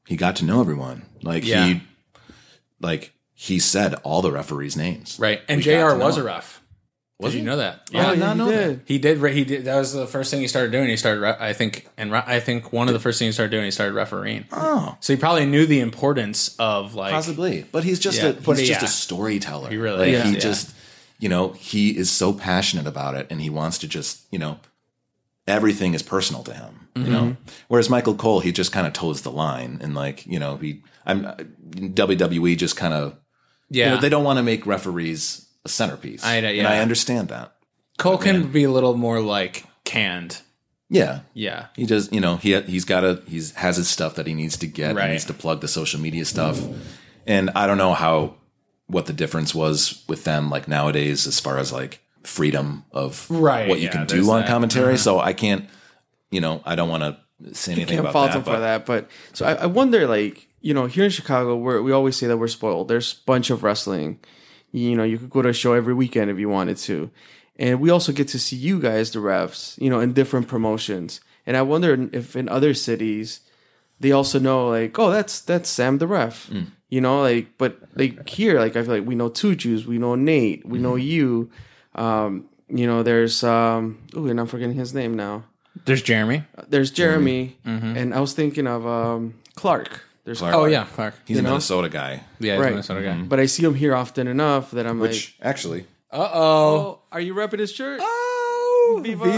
he got to know everyone. Like
Yeah.
he like he said all the referees' names.
right. And
We got
JR
to know
was a
him.
ref.
Was
did
he? Oh,
you know that?
I did
yeah,
not
you
know that.
did.
He did. re- He did. That was the first thing he started doing. He started. re- I think, and re- I think one of the first things he started doing, he started refereeing.
Oh.
So he probably knew the importance of like.
Possibly, but he's just
Yeah,
a
but
he's just
yeah.
a storyteller. He
really
like,
is,
he
yeah.
just you know he is so passionate about it, and he wants to just you know everything is personal to him. You know,
Mm-hmm.
whereas Michael Cole he just kind of toes the line and like you know he I'm WWE just kind of
Yeah,
you know, they don't want to make referees a centerpiece.
I know,
and I
yeah.
understand that.
Cole can be a little more like canned.
Yeah.
Yeah,
He just, you know, he he's got a he's has his stuff that he needs to get.
Right.
He needs to plug the social media stuff, and I don't know how what the difference was with them like nowadays as far as like freedom of
Right,
what you
yeah,
can
there's
do on
that. Mm-hmm.
commentary. So I can't, you know, I don't want to say anything
can't
about
fault
that.
him
but-
for that but so I, I wonder like you know here in Chicago where we always say that we're spoiled there's a bunch of wrestling you know you could go to a show every weekend if you wanted to and we also get to see you guys the refs you know in different promotions and i wonder if in other cities they also know like oh that's that's sam the ref
Hmm.
you know like but like here like i feel like we know two jews we know nate we
Hmm.
know you um you know there's um oh and i'm forgetting his name now
there's Jeremy.
there's jeremy and i was thinking of um Mm-hmm. clark there's
Clark.
Oh yeah, Mm-hmm. Clark.
he's a Minnesota guy.
Yeah, he's
Right.
Minnesota guy.
but i see him here often enough that i'm like
Which actually,
Uh oh.
oh are you repping his shirt
Oh, Viva,
I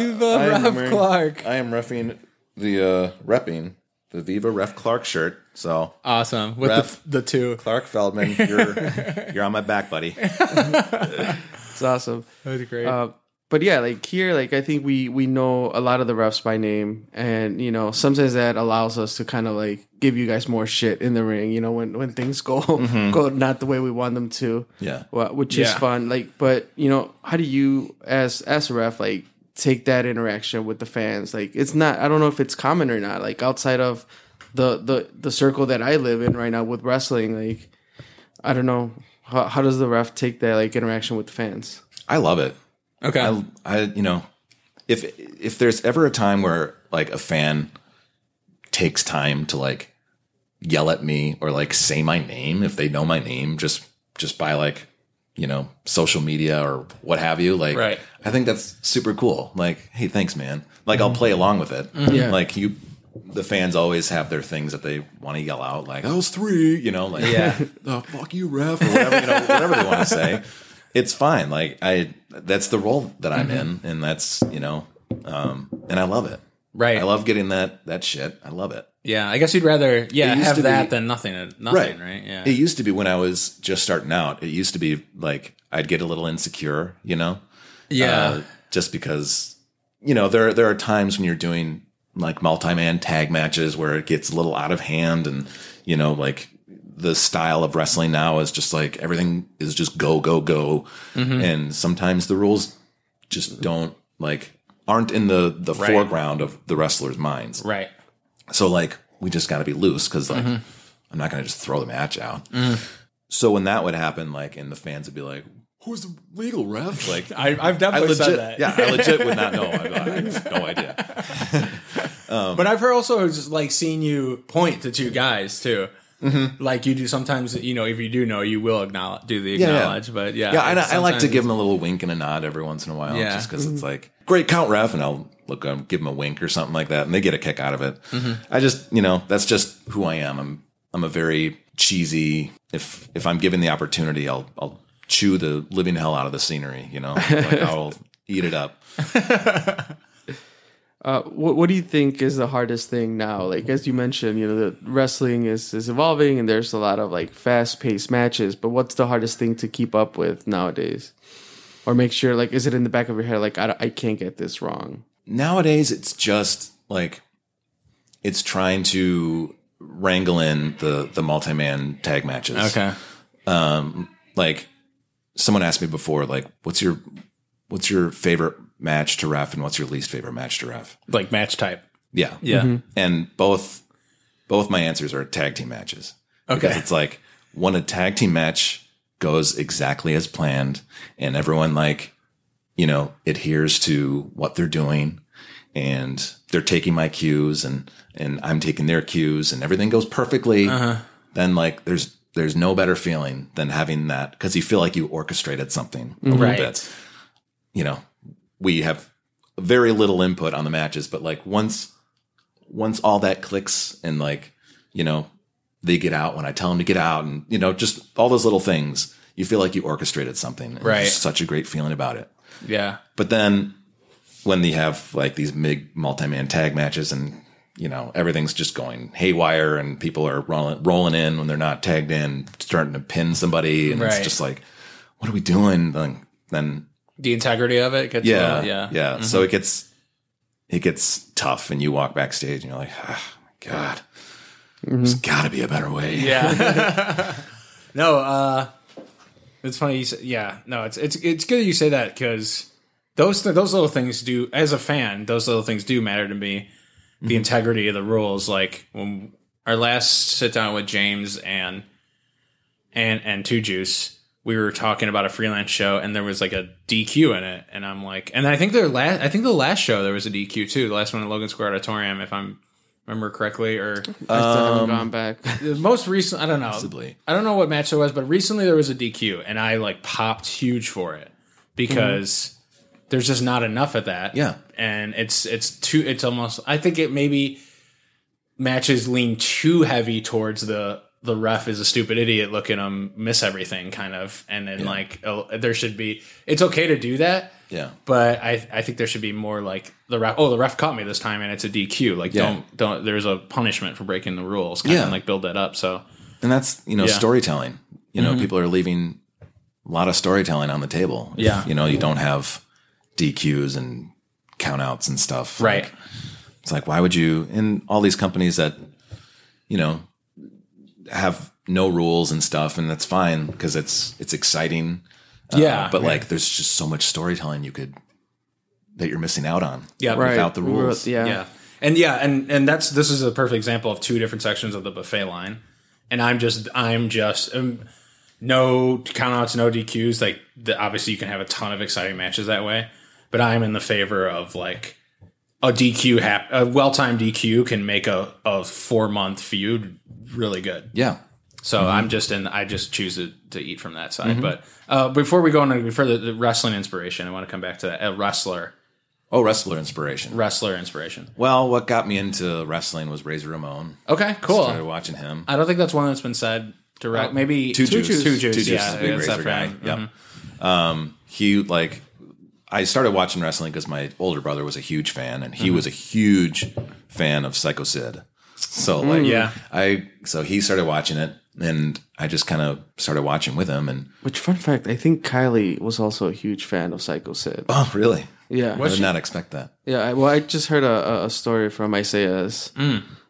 am
Ralph
wearing-
Clark.
I am refing the uh repping the Viva Ref Clark shirt. So
Awesome with
Ref.
the, the two.
Clark Feldman, you're you're on my back, buddy.
it's awesome
That was great.
Uh, but yeah, like here, like I think we we know a lot of the refs by name, and you know sometimes that allows us to kind of like give you guys more shit in the ring. You know when when things go go not the way we want them to.
Yeah.
Wha- which is
Yeah.
fun. Like, but you know, how do you as as a ref like take that interaction with the fans? Like, it's not. I don't know if it's common or not. Like outside of the the the circle that I live in right now with wrestling, like I don't know how how does the ref take that like interaction with the fans?
I love it.
Okay.
I, I, you know, if if there's ever a time where like a fan takes time to like yell at me or like say my name if they know my name just just by like you know social media or what have you like
Right.
i think that's super cool like hey thanks man like i'll play along with it
Mm-hmm.
Yeah.
like you the fans always have their things that they want to yell out like those three you know like
Yeah.
the fuck you ref or whatever you know whatever they want to say it's fine like i that's the role that i'm
Mm-hmm.
in and that's you know um and i love it
Right.
i love getting that that shit i love it
yeah. I guess you'd rather yeah
It used to
have that
be-
than nothing. Nothing. Right. Yeah.
It used to be when I was just starting out. It used to be like I'd get a little insecure, you know,
yeah.
uh, just because you know there there are times when you're doing like multi man tag matches where it gets a little out of hand, and you know like the style of wrestling now is just like everything is just go go go,
Mm-hmm.
and sometimes the rules just don't like aren't in the the
Right.
foreground of the wrestlers' minds.
right. Mm-hmm.
So like we just got to be loose because like I'm not gonna just throw the match out.
Mm.
So when that would happen, like and the fans would be like, "Who's the legal ref?" Like
I, I've
I
definitely
legit,
said that.
yeah, I legit would not know. I'd be like, I have no idea.
But I've heard also just like seen you point to two guys too. Like you do sometimes, you know, if you do know, you will acknowledge, do the
Mm-hmm. yeah.
acknowledge. But yeah,
Yeah, and I, I like to
sometimes-
give them a little wink and a nod every once in a while,
Yeah.
just because it's like great count ref, and I'll look, i give them a wink or something like that, and they get a kick out of it.
Mm-hmm.
I just, you know, that's just who I am. I'm I'm a very cheesy. If if I'm given the opportunity, I'll I'll chew the living hell out of the scenery. You know, like I'll eat it up.
Uh, what what do you think is the hardest thing now? Like as you mentioned, you know, the wrestling is is evolving, and there's a lot of like fast paced matches. But what's the hardest thing to keep up with nowadays? Or make sure, like, is it in the back of your head, like, I, don't- I can't get this wrong?
nowadays it's just like it's trying to wrangle in the the multi-man tag matches
Okay.
like someone asked me before like what's your what's your favorite match to ref and what's your least favorite match to ref
Like match type.
yeah
Yeah.
and both both my answers are tag team matches because
Okay.
it's like when a tag team match goes exactly as planned and everyone like you know adheres to what they're doing and they're taking my cues and and I'm taking their cues and everything goes perfectly
Uh-huh.
then like there's there's no better feeling than having that cuz you feel like you orchestrated something a little
Right.
bit you know we have very little input on the matches but like once once all that clicks and like you know they get out when I tell them to get out, and you know, just all those little things. You feel like you orchestrated something. and
Right.
there's such a great feeling about it.
Yeah.
But then when they have like these big multi-man tag matches and you know everything's just going haywire and people are rolling, rolling in when they're not tagged in, starting to pin somebody, and
Right.
it's just like, what are we doing? Then, then
The integrity of it. Gets a
yeah,
little- yeah. Mm-hmm.
yeah. So it gets it gets tough, and you walk backstage, and you're like, ah, my God, there's got to be a better way.
Yeah. no, uh, it's funny. You say, yeah, no, it's it's it's good that you say that because those th- those little things do. As a fan, those little things do matter to me. The integrity of the rules, like when our last sit down with James and and and Two Juice, we were talking about a freelance show, and there was like a DQ in it, and I'm like, and I think their last, I think the last show there was a DQ too, the last one at Logan Square Auditorium, if I'm remember correctly, or
I still
Um,
haven't gone back.
the most recent, I don't know.
Possibly.
I don't know what match there was, but recently there was a DQ, and I like popped huge for it because there's just not enough of that.
Yeah.
and it's it's too. It's almost. I think it maybe matches lean too heavy towards the the ref is a stupid idiot. Look at him miss everything, kind of, and then like oh, there should be. It's okay to do that.
yeah.
But I, I think there should be more like the ref. Oh, the ref caught me this time, and it's a DQ. Like,
Yeah.
don't, don't. There's a punishment for breaking the rules. Kind yeah,
Yeah.
of like build that up. So
and that's you know
Yeah. Mm-hmm.
storytelling you know people are leaving a lot of storytelling on the table If,
Yeah.
you know you don't have DQs and countouts and stuff.
Right.
Like, it's like why would you? And all these companies that you know have no rules and stuff, and that's fine because it's it's exciting.
yeah.
Uh, but like, there's just so much storytelling you could that you're missing out on.
yeah,
right
without the
We were-
rules.
yeah.
yeah and yeah and and that's this is a perfect example of two different sections of the buffet line and i'm just i'm just um, no countouts no dqs like the, obviously you can have a ton of exciting matches that way but i'm in the favor of like a dq hap- a well-timed dq can make a, a four month feud really good
Yeah.
so
Mm-hmm.
i'm just in i just choose to, to eat from that side but uh, before we go on any further the wrestling inspiration i want to come back to that a wrestler
Oh, wrestler inspiration.
wrestler inspiration
Well, what got me into wrestling was Razor Ramon.
okay cool
Started watching him.
I don't think that's one that's been said direct. Maybe
Oh, Two Jews.
Two Jews.
Two Jews
yeah,
is a big
it's
razor
that
guy.
friend.
Yep. Um, he like I started watching wrestling because my older brother was a huge fan, and he was a huge fan of Psycho Sid. So like,
Yeah.
I so he started watching it, and I just kind of started watching with him. And
Which fun fact? I think Kylie was also a huge fan of Psycho Sid.
oh, really?
Yeah,
I did not expect that.
yeah. I- Well, I just heard a, a- a story from Isaias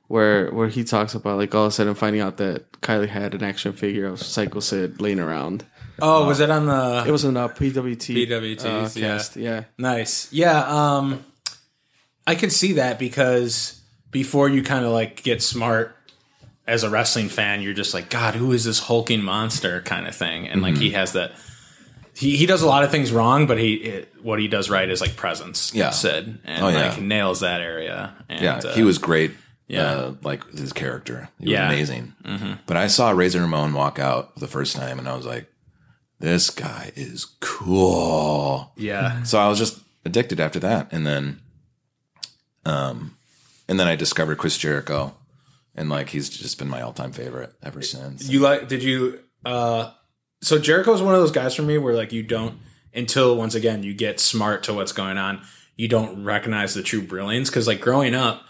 where where he talks about like all of a sudden finding out that Kylie had an action figure of Psycho Sid laying around.
Uh,
Oh, was it on
It
the
was on a PWT
PWTs,
uh,
yeah.
cast. Yeah,
nice? Yeah, um, I can see that because before you kind of like get smart as a wrestling fan, you're just like, God, who is this hulking monster kind of thing? And like
Mm-hmm.
he has that. He, he does a lot of things wrong, but he it, what he does right is like presence.
Yeah.
Sid and
Oh, yeah.
like nails that area. And,
Yeah,
uh,
he was great.
yeah.
uh, like his character, he
Yeah. Mm-hmm.
was amazing. But I saw Razor Ramon walk out the first time, and I was like, "This guy is cool."
yeah
So I was just addicted after that, and then, um, and then I discovered Chris Jericho, and like he's just been my all-time favorite ever since.
You like? Did you? uh So Jericho's one of those guys for me where like you don't until once again you get smart to what's going on. You don't recognize the true brilliance because like growing up,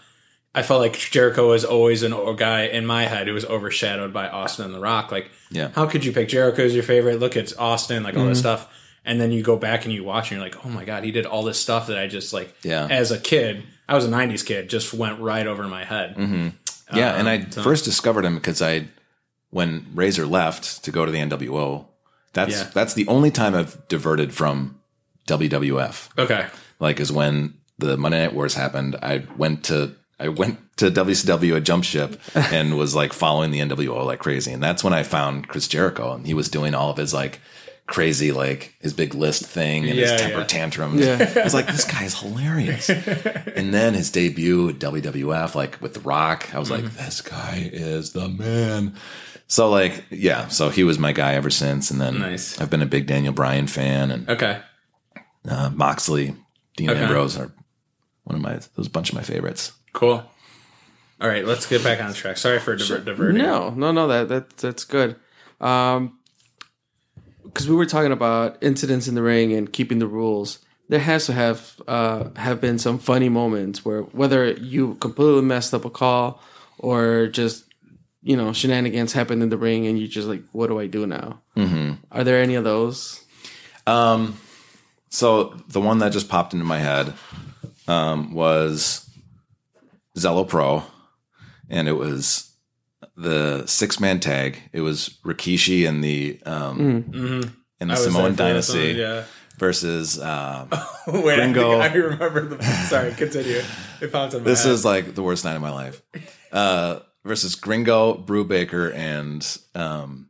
I felt like Jericho was always an a guy in my head who was overshadowed by Austin and The Rock. Like,
Yeah. Mm-hmm.
how could you pick Jericho as your favorite? Look, it's Austin, like all this stuff. And then you go back and you watch, and you're like, oh my god, he did all this stuff that I just like.
Yeah.
As a kid, I was a '90s kid, just went right over my head.
Mm-hmm. yeah, and I first discovered him because I, when Razor left to go to the NWO, that's
Yeah.
that's the only time I've diverted from WWF.
Okay.
like is when the Monday Night Wars happened. I went to I went to WCW at Jump Ship and was like following the NWO like crazy. And that's when I found Chris Jericho and he was doing all of his like crazy like his big list thing and
Yeah,
his temper
yeah.
tantrums.
Yeah.
I was like, this guy is hilarious. and then his debut at WWF, like with The Rock, I was
Mm-hmm.
like, this guy is the man. So like, yeah, so he was my guy ever since. And then
Nice.
I've been a big Daniel Bryan fan and
Okay.
uh, Moxley, Dean
Okay.
Ambrose are one of my those bunch of my favorites.
Cool. All right, let's get back on track. Sorry for diver- diverting.
No, no, no. That that that's good. Um, because we were talking about incidents in the ring and keeping the rules. There has to have uh have been some funny moments where whether you completely messed up a call or just you know shenanigans happened in the ring and you're just like, what do I do now? Mm-hmm. Are there any of those?
So the one that just popped into my head um, was Zello Pro, and it was the six man tag. It was Rikishi and the um, and the
I was there
Samoan
for that
Dynasty
one, Yeah. Oh,
versus. Um,
Wait,
Gringo.
I, think I remember the. Sorry, continue. It popped in my
this
head.
is like the worst night of my life. Uh, versus Gringo, Brew Baker, and um,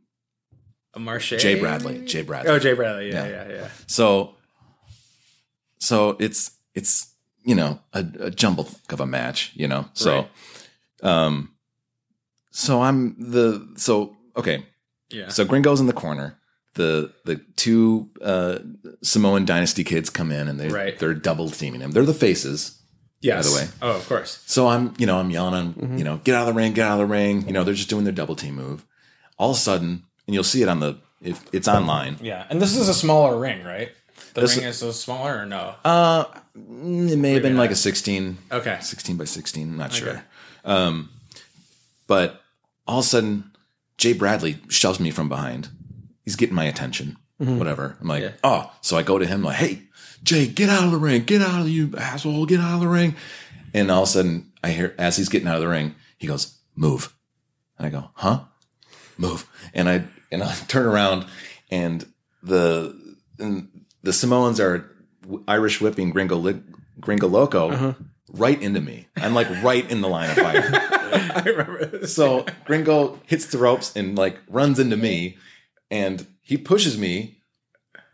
Marche.
Jay Bradley. Jay Bradley.
Oh, Jay Bradley. Yeah, yeah,
Yeah.
yeah.
So, so it's it's you know a, a jumble of a match, you know. So, um, so I'm the so okay.
Yeah.
So Gringo's in the corner. The the two uh, Samoan dynasty kids come in and they
Right.
they're double teaming him. They're the faces.
yes.
by the way.
Oh, of course.
So I'm, you know, I'm yelling, I'm,
Mm-hmm.
you know, get out of the ring, get out of the ring. You know, they're just doing their double team move. All of a sudden, and you'll see it on the if it's online.
Yeah, and this is a smaller ring, right? The
This-
ring is so smaller, or no?
Uh, mm, it may have been like a 16
Okay.
16 by 16 i'm not sure um but all of a sudden jay bradley shoves me from behind he's getting my attention whatever i'm like oh so i go to him like hey Jake, get out of the ring, get out of you asshole, get out of the ring. And all of a sudden, I hear as he's getting out of the ring, he goes, move. And I go, huh? Move. And I and I turn around, and the and the Samoans are Irish whipping Gringo Li- Gringo Loco right into me. I'm like right in the line of fire.
I remember this.
So Gringo hits the ropes and like runs into me, and he pushes me,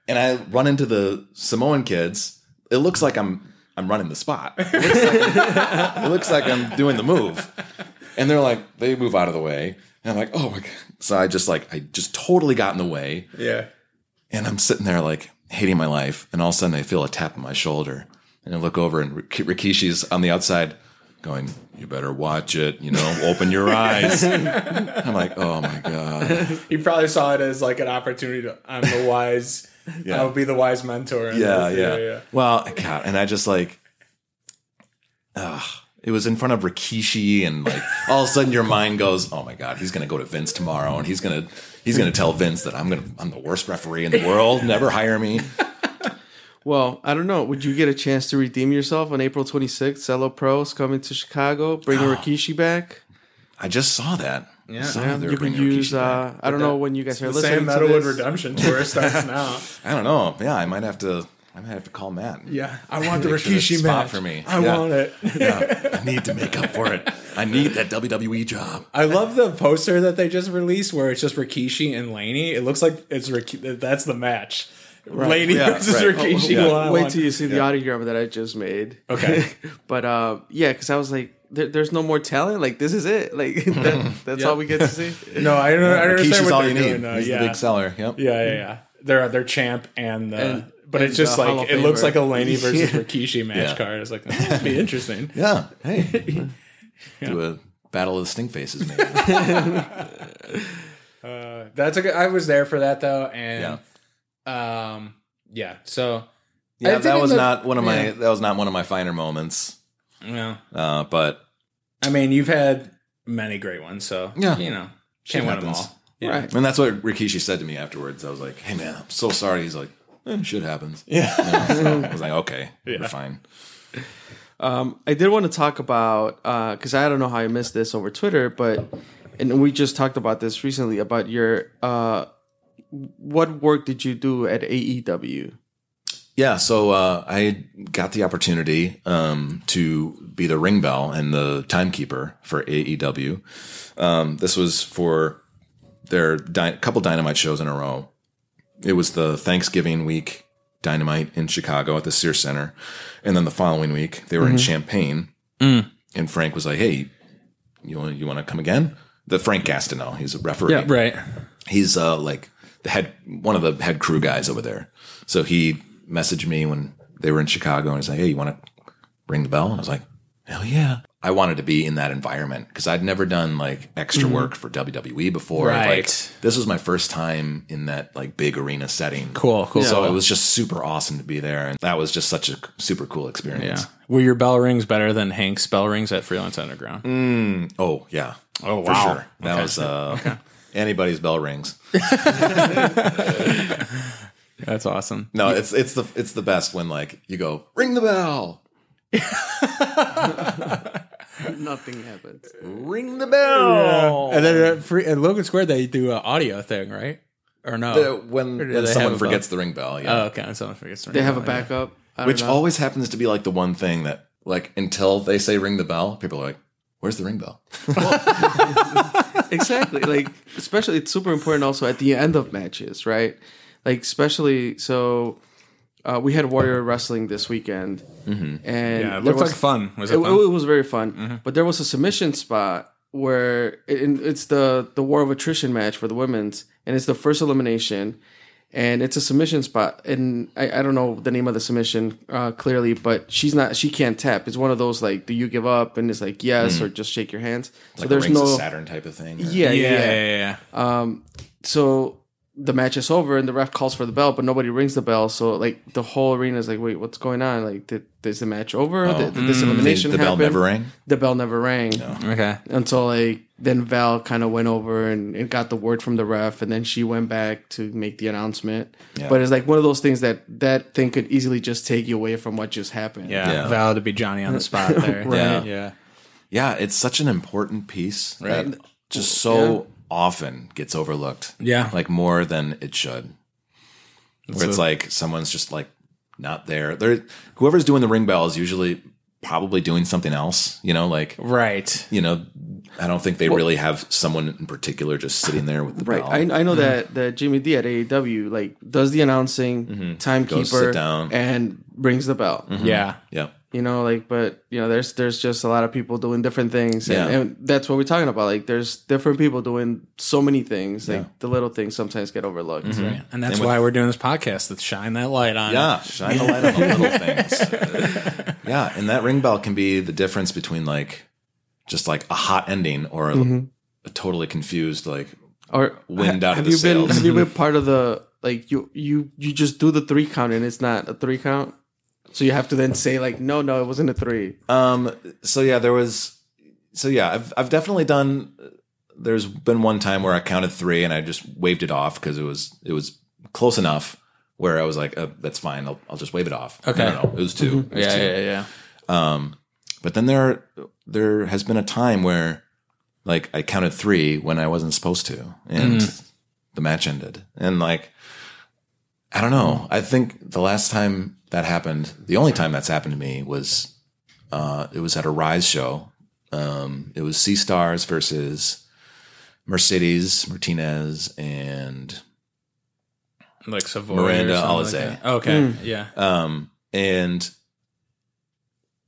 and I run into the Samoan kids. It looks like I'm I'm running the spot. It looks like, it looks like I'm doing the move, and they're like they move out of the way, and I'm like oh my god. So I just like I just totally got in the way,
Yeah.
and I'm sitting there like hating my life, and all of a sudden I feel a tap on my shoulder, and I look over and Rik- Rikishi's on the outside, going, "You better watch it, you know, open your eyes." I'm like, "Oh my god,
He probably saw it as like an opportunity to I'm the wise
Yeah.
I'll be the wise mentor. And
yeah,
this,
yeah." Well, God, and I just like, ugh, it was in front of Rikishi, and like all of a sudden your mind goes, "Oh my god, he's gonna go to Vince tomorrow, and he's gonna he's gonna tell Vince that I'm gonna I'm the worst referee in the world, never hire me."
Well, I don't know. Would you get a chance to redeem yourself on April 26th? Cello Pros coming to Chicago, bringing Rikishi back.
I just saw that. I saw
Yeah,
they were
you could
bringing Rikishi
use.
back.
Uh, I don't know when you guys are
The Sam
listening to
Metalwood
this.
Redemption Tour starts now.
I don't know. Yeah, I might have to. I might have to call Matt.
Yeah, I want the
Make sure there's a
Rikishi
spot
match
for me.
I
Yeah.
want it.
Yeah, I need to make up for it. I need that WWE job.
I love the poster that they just released where it's just Rikishi and Laney. It looks like it's Riki- that's the match. Laney
Yeah,
versus
right.
Rikishi.
Yeah.
one on
Wait
one.
till you see the audiogram that I just made.
Okay.
but uh, yeah, because I was like, there, there's no more talent. Like this is it. Like that, that's all we get to see.
No, I don't, I don't understand
Rikishi's
what
all
they're
you
doing.
need.
though.
He's
yeah.
the big seller. Yep.
yeah, yeah, yeah. They're their champ and the.
And-
but
and
it's just
the Hall
like
of
it looks
Famer.
like a Laney versus
Yeah.
Rikishi match
Yeah.
card. It's like that would be interesting.
Yeah. Hey. Do a battle of the stink faces, maybe.
Uh, that's a good. I was there for that though,
yeah.
and um, yeah. So I
Yeah,
think
that
it
was
looked-
not one of my
yeah.
that was not one of my finer moments.
yeah,
Uh, but
I mean, you've had many great ones, so
Yeah.
you know, can't win them
happens.
all. Yeah.
Right.
and that's what Rikishi said to me afterwards. I was like, "Hey man, I'm so sorry." He's like, eh, "Shit happens."
Yeah.
You know, so I was like, "Okay,
Yeah.
we're fine."
Um, I did want to talk about because I don't know how I missed this over Twitter, but and we just talked about this recently about your uh, what work did you do at E AEW?
Yeah, so uh, I got the opportunity um, to be the ring bell and the timekeeper for AEW. Um, this was for their dy- couple dynamite shows in a row. It was the Thanksgiving week dynamite in Chicago at the Sears Center, and then the following week they were in Champaign. And Frank was like, "Hey, you want you want to come again?" The Frank Gastineau, he's a referee
Right.
he's uh like the head one of the head crew guys over there. So he messaged me when they were in Chicago and he's like, "Hey, you want to ring the bell?" And I was like, "Hell yeah!" I wanted to be in that environment because I'd never done like extra work for WWE before. Like,
Mm-hmm. Right.
this was my first time in that like big arena setting.
Cool. Cool.
So it was just super awesome to be there, and that was just such a c- super cool experience.
Were your bell rings better than Hank's bell rings at Freelance Underground?
Oh yeah.
Oh,
For
wow.
sure. That
Okay.
was uh, anybody's bell rings.
That's awesome.
No, it's it's the it's the best when like you go ring the bell,
Nothing happens.
ring the bell.
Uh, And then at, free, at Logan Square, they do an audio thing, right? Or no?
Uh, when
do
when
they
someone
have a
forgets the ring bell, yeah,
oh, okay. Someone forgets. to
They
ring
have
the
a
bell, yeah.
backup, I don't
which
know.
always happens to be like the one thing that like until they say ring the bell, people are like, "Where's the ring bell?"
exactly like especially it's super important also at the end of matches right like especially so uh, we had warrior wrestling this weekend
Mm-hmm.
and
Yeah, it
there
looked
was-
like fun. Mm-hmm. Was it,
it,
fun?
it was very fun but there was a submission spot where and it's the the war of attrition match for the women's and it's the first elimination and it's a submission spot and i, I don't know the name of the submission uh, clearly but she's not she can't tap it's one of those like do you give up and it's like yes or just shake your hands so
Mm-hmm. Like the
there's
rings
no
of Saturn type of thing. or-
yeah,
yeah, yeah, yeah.
yeah, yeah, yeah.
So the match is over, and the ref calls for the bell, but nobody rings the bell. So like the whole arena is like, wait, what's going on? Like, did, is the match over? did, did this
Mm. the,
elimination
the bell
happen?
never rang.
The bell never rang
Okay.
until like then Val kind of went over and, and got the word from the ref, and then she went back to make the announcement.
Yeah.
But it's like one of those things that that thing could easily just take you away from what just happened.
Yeah,
Yeah.
Val to be Johnny on the spot there.
Right.
Yeah.
Yeah, it's such an important piece
Right.
that just so often gets overlooked.
Yeah.
Like more than it should. Where it's
a-
like someone's just like not there. They're, whoever's doing the ring bell is usually probably doing something else, you know, like
Right.
you know, I don't think they really have someone in particular just sitting there with the
Right.
bell.
I, I know that, that Jimmy D at AEW like does the announcing, timekeeper,
Mm-hmm. sit down. Mm-hmm.
and rings the bell.
Yeah.
yeah.
You know, like but you know, there's there's just a lot of people doing different things, and,
Yeah.
and that's what we're talking about. Like there's different people doing so many things. Like the little things sometimes get overlooked.
Mm-hmm.
Right. And that's why we're doing this podcast to shine that light on. it.
Yeah, shine the light on the little things. yeah, and that ring bell can be the difference between like just like a hot ending or a,
Mm-hmm.
a totally confused like
Or
Wind out of
have
the
you been
sails.
have you been part of the like you you you just do the three count and it's not a three count, so you have to then say like no no it wasn't a three.
Um. So yeah, there was. So yeah, I've I've definitely done. There's been one time where I counted three and I just waved it off because it was it was close enough where I was like, uh, that's fine. I'll I'll just wave it off.
Okay.
No, no, no, it was 2
Mm-hmm.
It was
Yeah.
two.
Yeah. Yeah.
Um, but then there there has been a time where like I counted three when I wasn't supposed to, and the match ended. And like I don't know. I think the last time that happened, the only time that's happened to me was uh, it was at a Rise show. Um, it was Sea Stars versus Mercedes Martinez and
Like Savoy.
Miranda
or something
Alizé.
Like that. okay. Yeah.
um, and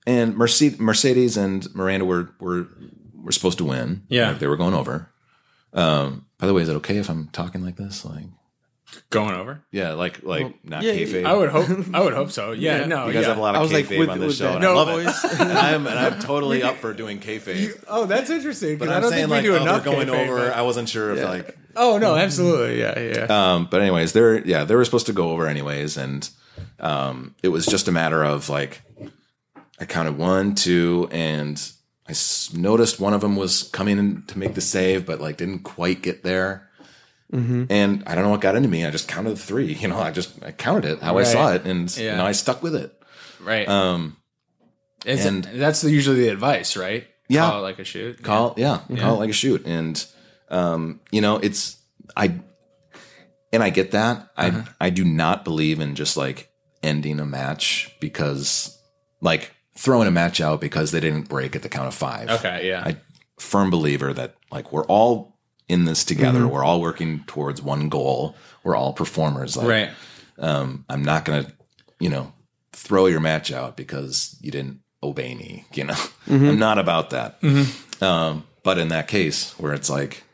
and Mercedes, Mercedes and Miranda were were were supposed to win.
Yeah.
Like, they were going over. Um, by the way, is it okay if I'm talking like this? Like,
Going over.
yeah, like like not
yeah,
kayfabe.
I would hope. I would hope so. Yeah.
Yeah.
No.
you guys
yeah.
have a lot
I
of
was like,
kayfabe
with-
on this
with
show,
that
and I
no
love
voice.
it. and I'm and I'm totally up for doing kayfabe.
Oh, that's interesting.
but
Because I
I'm
don't
saying
think we
like
do
oh, we're
enough.
going
kayfabe,
over.
but-
I wasn't sure if like
Oh no, absolutely. Yeah. Yeah.
Um, but anyways, they're yeah, they were supposed to go over anyways, and um, it was just a matter of like I counted one, two, and I s- noticed one of them was coming in to make the save, but like didn't quite get there. And I don't know what got into me. I just counted three. You know, I just I counted it how I saw
Right.
it, and you
Yeah.
know, I stuck with it.
right.
Um,
It's-
and-
that's usually the advice, right?
Yeah.
Call it like a shoot.
call yeah, call it like a shoot and um you know it's i and i get that i i do not believe in just like ending a match because like throwing a match out because they didn't break at the count of five
Okay. Yeah.
i firm believer that like we're all in this together we're all working towards one goal we're all performers like
right.
um i'm not gonna you know throw your match out because you didn't obey me you know
Mm-hmm.
i'm not about that um, but in that case, where it's like,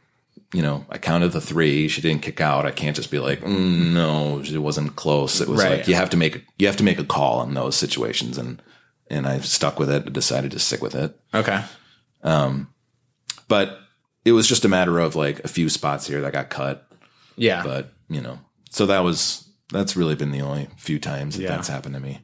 you know, I counted the three, she didn't kick out. I can't just be like, mm, no, it wasn't close. It was
Right.
like you have to make you have to make a call in those situations, and and I stuck with it. I decided to stick with it,
Okay.
but it was just a matter of like a few spots here that got cut.
Yeah.
But you know, so that was that's really been the only few times that
Yeah.
that's happened to me.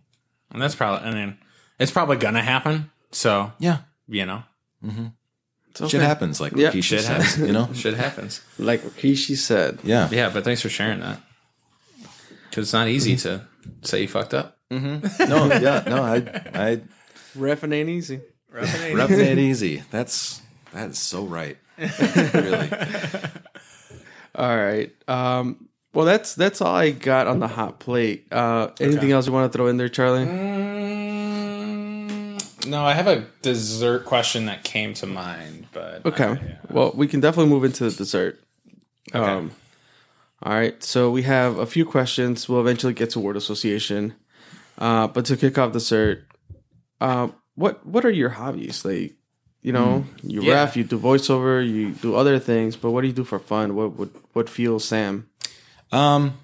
and that's probably. I mean, it's probably gonna happen. So
Yeah,
you know,
It's okay.
shit happens. Like
Yeah.
Rikishi
Shit
says, you know.
shit happens.
Like Rikishi said.
Yeah,
Yeah, but thanks for sharing that. Because it's not easy to say you fucked up.
no, yeah, no. I, I
Reffing ain't easy.
Roughing it easy. That's that is so right. really.
All right. Um, well, that's that's all I got on the hot plate. Uh, anything else you want to throw in there, Charlie?
Mm, no, I have a dessert question that came to mind, but
Okay. Well, we can definitely move into the dessert. Um, all right. So we have a few questions. We'll eventually get to word association. Uh, but to kick off dessert, uh, what what are your hobbies? Like, you know, you
Yeah.
ref, you do voiceover, you do other things. But what do you do for fun? What would what fuels Sam?
Um,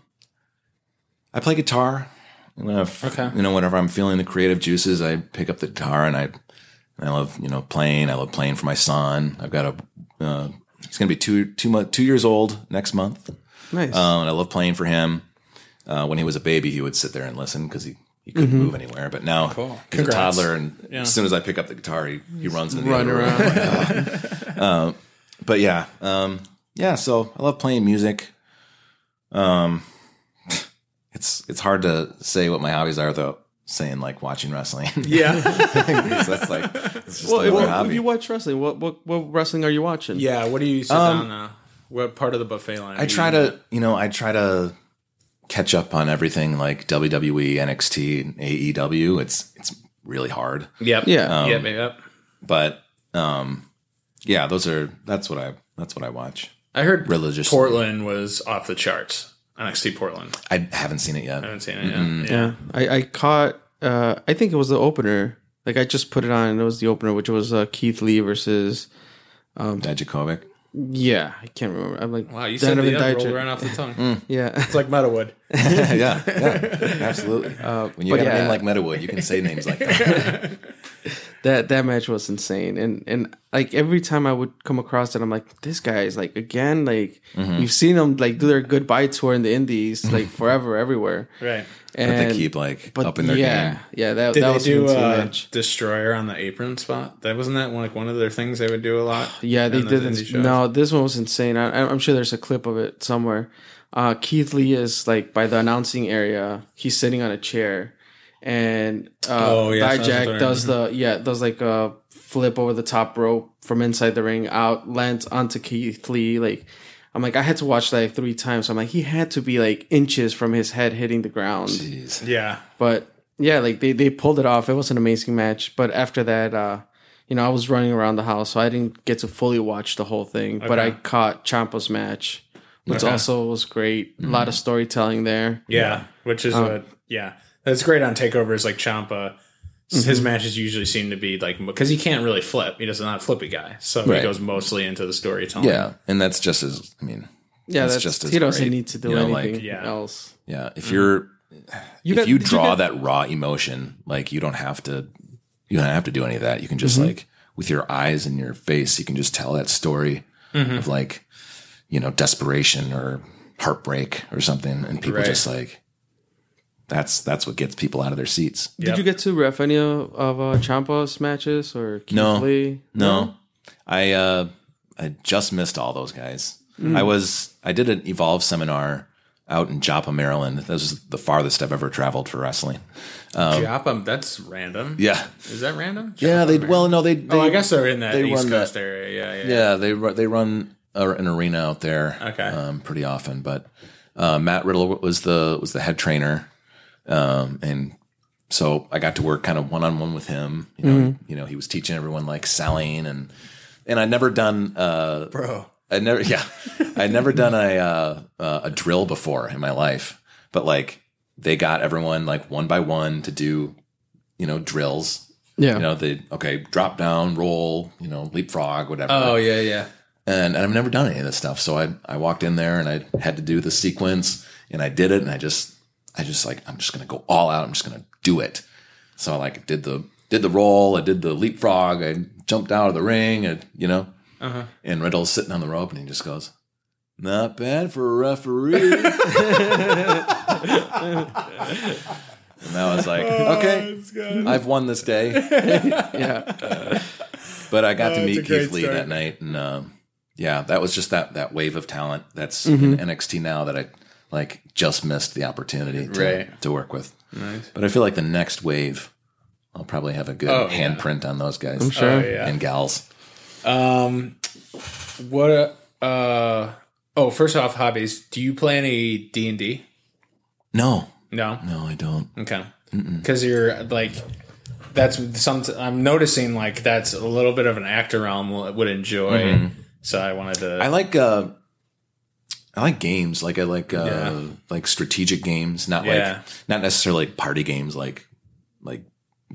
I play guitar. When I've-
Okay.
You know, whenever I'm feeling the creative juices, I pick up the guitar and I, and I love you know playing. I love playing for my son. I've got a. Uh, he's gonna be two two month two years old next month.
Nice.
Um, and I love playing for him. Uh, when he was a baby, he would sit there and listen because he, he couldn't move anywhere. But now
Cool.
he's a
Congrats.
toddler, and as soon as I pick up the guitar, he, he runs into the
Run
other room.
around.
Uh, but yeah, um, yeah. So I love playing music. Um, it's it's hard to say what my hobbies are without saying like watching wrestling.
Yeah.
'Cause that's like it's just
Well, if,
another
well,
hobby.
if you watch wrestling, what, what what wrestling are you watching?
yeah. What do you sit
Um,
down now? What part of the buffet line? are
I
you
try
in?
to, you know, I try to catch up on everything like E, WWE, NXT, and AEW. E It's it's really hard,
Yep.
Yeah.
Um,
yep. Yep.
but um, yeah, those are that's what I that's what I watch.
I heard
religiously.
Portland was off the charts. NXT Portland.
I haven't seen it yet.
I haven't seen it. Yet. Yeah.
Yeah. I, I caught, uh, I think it was the opener. Like I just put it on and it was the opener, which was uh, Keith Lee versus,
Dijakovic.
yeah, I can't remember. I'm like,
Wow, you said
Donovan
the F rolled
Dijak.
right off the tongue.
Yeah.
It's like Meadowood.
yeah, yeah, absolutely. when you
uh, but
got a
yeah.
name like Meadowood, you can say names like that.
that that match was insane and and like every time i would come across it i'm like this guy is like again like
Mm-hmm.
you've seen them like do their goodbye tour in the indies like forever everywhere
Right.
and
But they keep like up in their
yeah
game.
yeah that,
Did
that
they
was
do
an insane
uh,
match
Destroyer on the apron spot? That wasn't that one, like one of their things they would do a lot.
yeah they
in those
didn't
indie shows?
no this one was insane I, i'm sure there's a clip of it somewhere uh keith lee is like by the announcing area he's sitting on a chair and uh
Oh, yeah, sounds like
Dijak
they're-
does the yeah does like a flip over the top rope from inside the ring out lands onto Keith Lee like I'm like I had to watch that like three times I'm like he had to be like inches from his head hitting the ground
Jeez.
Yeah.
but yeah like they they pulled it off it was an amazing match but after that uh you know I was running around the house so I didn't get to fully watch the whole thing but I
Okay.
caught Champa's match which
Okay.
also was great a
Mm-hmm.
lot of storytelling there
Yeah. Which
Um,
is what. Yeah. That's great on takeovers like Champa.
Mm-hmm.
His matches usually seem to be like because he can't really flip. He doesn't not a flippy guy, so
Right.
he goes mostly into the storytelling.
Yeah, and that's just as I mean,
yeah
That's
that's,
just as
he doesn't
great.
need to do
You know, like-
anything
Yeah.
else
yeah. If you're if
got-
you
did you
draw
get-
that raw emotion, like you don't have to, you don't have to do any of that. You can just like with your eyes and your face, you can just tell that story of like, you know, desperation or heartbreak or something, and people
Right.
just like, that's that's what gets people out of their seats.
Yep.
Did you get to ref any of, of uh, Champa's matches or Keith
No.
Lee?
No, I uh, I just missed all those guys. I was I did an Evolve seminar out in Joppa, Maryland. That was the farthest I've ever traveled for wrestling.
Joppa, that's random.
Yeah,
Is that random?
yeah. They well, no, they. they
Oh, I guess they're in that
they
East
run
Coast area. Yeah, yeah.
Yeah, they ru- they run a, an arena out there.
Okay.
um, pretty often. But uh, Matt Riddle was the was the head trainer, um, and so I got to work kind of one on one with him. You know, you know, he was teaching everyone like selling and and I'd never done uh,
Bro,
I never yeah I'd never done a uh, uh, a drill before in my life. But like they got everyone like one by one to do you know drills.
Yeah.
You know, they okay, drop down, roll, you know, leapfrog, whatever
Oh yeah, yeah.
and, and I've never done any of this stuff. So I, I walked in there and I had to do the sequence and I did it and I just I just like I'm just gonna go all out. I'm just gonna do it. So I like did the did the roll. I did the leapfrog. I jumped out of the ring. And you know,
Uh-huh.
and Riddle's sitting on the rope and he just goes, "Not bad for a referee." and I was like,
Oh,
"Okay, I've won this day."
Yeah.
But I got
Oh,
to
it's
meet
a great
Keith Lee
story.
that night, and um, yeah, that was just that that wave of talent that's
Mm-hmm.
in NXT now that I like just missed the opportunity to,
Right.
to work with.
Nice.
But I feel like the next wave, I'll probably have a good
Oh, yeah.
handprint on those guys
sure.
Oh yeah.
and gals.
Um, what? uh, Uh, oh, first off, hobbies. Do you play any D and D?
No,
No.
no, I don't.
Okay. Because you're like, that's some. I'm noticing like that's a little bit of an actor realm will- would enjoy. So I wanted to.
I like uh, I like games. Like I like uh,
Yeah.
like strategic games, not
Yeah.
like not necessarily like party games, like like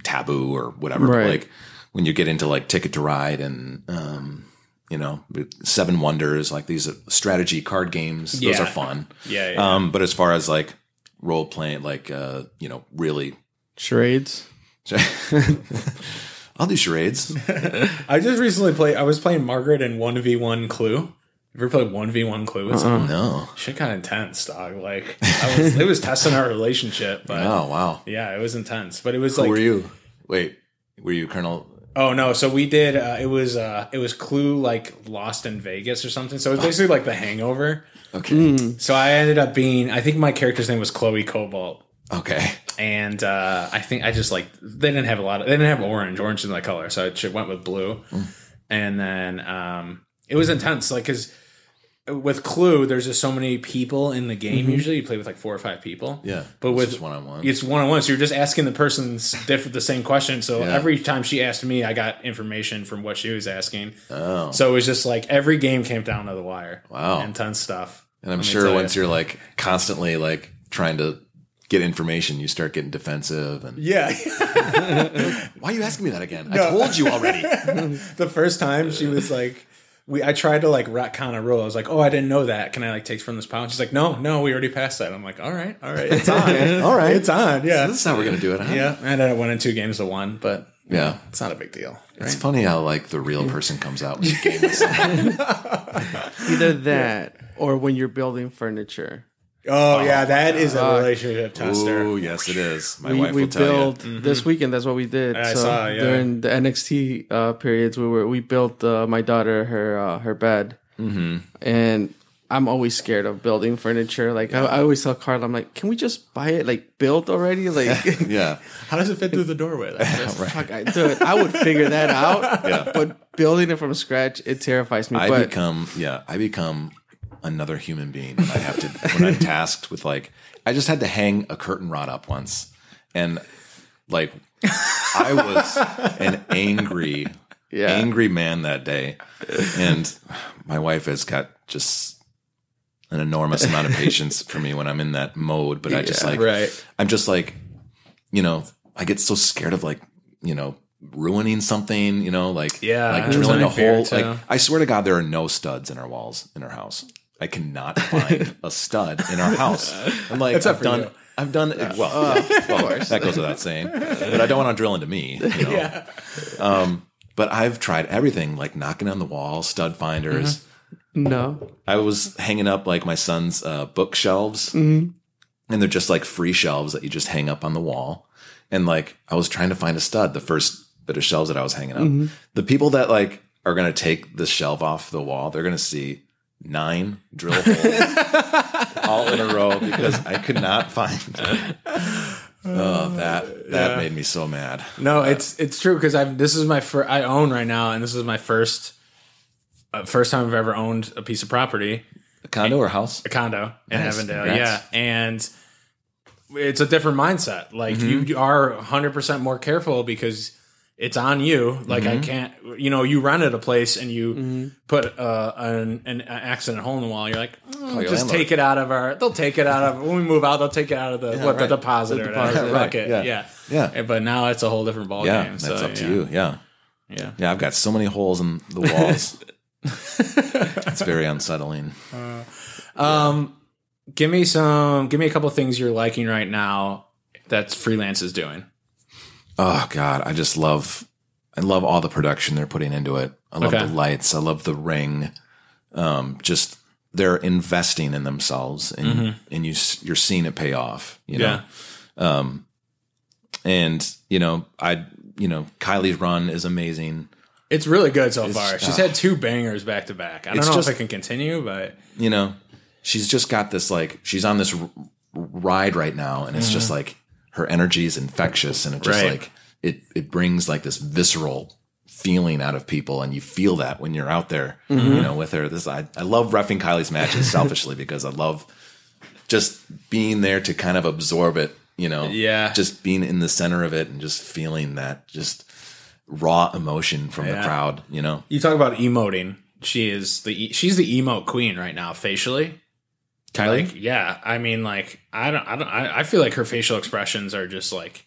Taboo or whatever. but,
Right.
Like when you get into like Ticket to Ride and um, you know Seven Wonders, like these strategy card games. Those
Yeah.
are fun.
yeah. yeah.
Um, but as far as like role playing, like uh, you know, really.
Charades.
I'll do charades.
I just recently played. I was playing Margaret in one v one Clue. Ever played one v one Clue? It's
No.
shit kind of intense, dog. Like I was, it was testing our relationship, but
Oh wow.
yeah, it was intense. But it was
Who
like
were you? Wait, were you Colonel
Oh no! So we did. Uh, it was uh, it was Clue like Lost in Vegas or something. So it was basically like The Hangover.
Okay.
Hmm.
So I ended up being. I think my character's name was Chloe Cobalt,
Okay.
and uh, I think I just like they didn't have a lot. Of, they didn't have orange. Orange isn't the color, so I just went with blue. And then um, it was intense, like because with Clue, there's just so many people in the game. Usually, you play with like four or five people.
Mm-hmm. Yeah.
but
It's
with
just one-on-one.
it's one on one. So you're just asking the person's different the same question. So every time she asked me, I got information from what she was asking.
Oh.
So it was just like every game came down to the wire.
Wow.
intense stuff.
And I'm
Let me
sure
tell
once
you.
you're like constantly like trying to get information, you start getting defensive and
yeah.
why are you asking me that again? I told you already.
the first time she was like we I tried to like retcon a rule. I was like, "Oh, I didn't know that. Can I like take from this pile?" And she's like, "No, no, we already passed that." I'm like, "All right, all right, it's on,
All right.
it's on, yeah,
This is how we're gonna do it, huh?
yeah." And then I went in two games to one, but
Yeah.
it's not a big deal.
It's funny how like the real person comes out when you game with someone.
Either that or when you're building furniture.
Oh, yeah, that is a relationship tester.
Oh yes, it is. My
we,
wife
we
will tell Mm-hmm.
built
you.
this weekend. That's what we did.
I
so
saw, yeah.
during the NXT uh, periods, we were we built uh, my daughter her uh, her bed, mm-hmm. and I'm always scared of building furniture. Like I, I always tell Carla, I'm like, can we just buy it like built already? Like,
Yeah.
How does it fit through the doorway? That's right.
fuck, I, dude, I would figure that out.
Yeah.
But building it from scratch, it terrifies me.
I
but
become yeah, I become another human being when I have to when I'm tasked with like I just had to hang a curtain rod up once and like I was an angry
Yeah.
angry man that day. And my wife has got just an enormous amount of patience for me when I'm in that mode, but I just like
right.
I'm just like, you know, I get so scared of like, you know, ruining something, you know, like
Yeah,
like
that's
drilling a
unfair,
hole.
too.
Like I swear to God, there are no studs in our walls in our house. I cannot find a stud in our house. I'm like, I've
for
done,
you. Uh,
I've done, well, yeah, well, that goes without saying, but I don't want to drill into me. You know?
Yeah.
Um, but I've tried everything, like knocking on the wall, stud
Mm-hmm.
finders.
no,
I was hanging up like my son's uh, bookshelves, and they're just like free shelves that you just hang up on the wall. And like I was trying to find a stud, the first bit of shelves that I was hanging up. The people that like are gonna take the shelf off the wall, they're gonna see nine drill holes all in a row because I could not find. oh, that that made me so mad.
No, it's it's true because I've this is my first I own right now, and this is my first uh, first time I've ever owned a piece of property.
A condo or house?
a condo in
Nice.
Avondale.
Congrats.
Yeah, and it's a different mindset. Like
Mm-hmm.
you are 100 percent more careful because it's on you. Like
Mm-hmm.
I can't, you know, you rented a place and you put uh, an, an accident hole in the wall. You're like, "Mm,
your
just
landlord."
take it out of our. They'll take it out of when we move out. They'll take it out of the what
right.
the deposit or whatever.
Right,
Fuck it.
yeah.
Yeah. yeah.
Yeah.
And- but now it's a whole different ballgame.
Yeah, that's
so,
up to
yeah.
you. Yeah.
Yeah.
Yeah, I've got so many holes in the walls. it's very unsettling.
Um, give me some. Give me a couple of things you're liking right now that freelance is doing.
Oh God, I just love I love all the production they're putting into it. I love
Okay.
the lights. I love the ring. Um, just they're investing in themselves, and
Mm-hmm.
and you s- you're seeing it pay off. You know, and you know I you know Kylie's run is amazing.
It's really good so far. She's had two bangers back to back. I don't
It's
know
just-
if it can continue, but
you know, she's just got this like she's on this r- ride right now, and it's just like her energy is infectious, and it just
Mm-hmm. Right.
like it it brings like this visceral feeling out of people, and you feel that when you're out there,
Mm-hmm.
you know, with her. This I I love refing Kylie's matches selfishly because I love just being there to kind of absorb it, you know,
Yeah.
just being in the center of it and just feeling that just raw emotion from the
Yeah.
crowd, you know.
you talk about emoting. She is the e- she's the emote queen right now facially.
Kylie,
Like yeah, I mean like I don't I don't I, I feel like her facial expressions are just like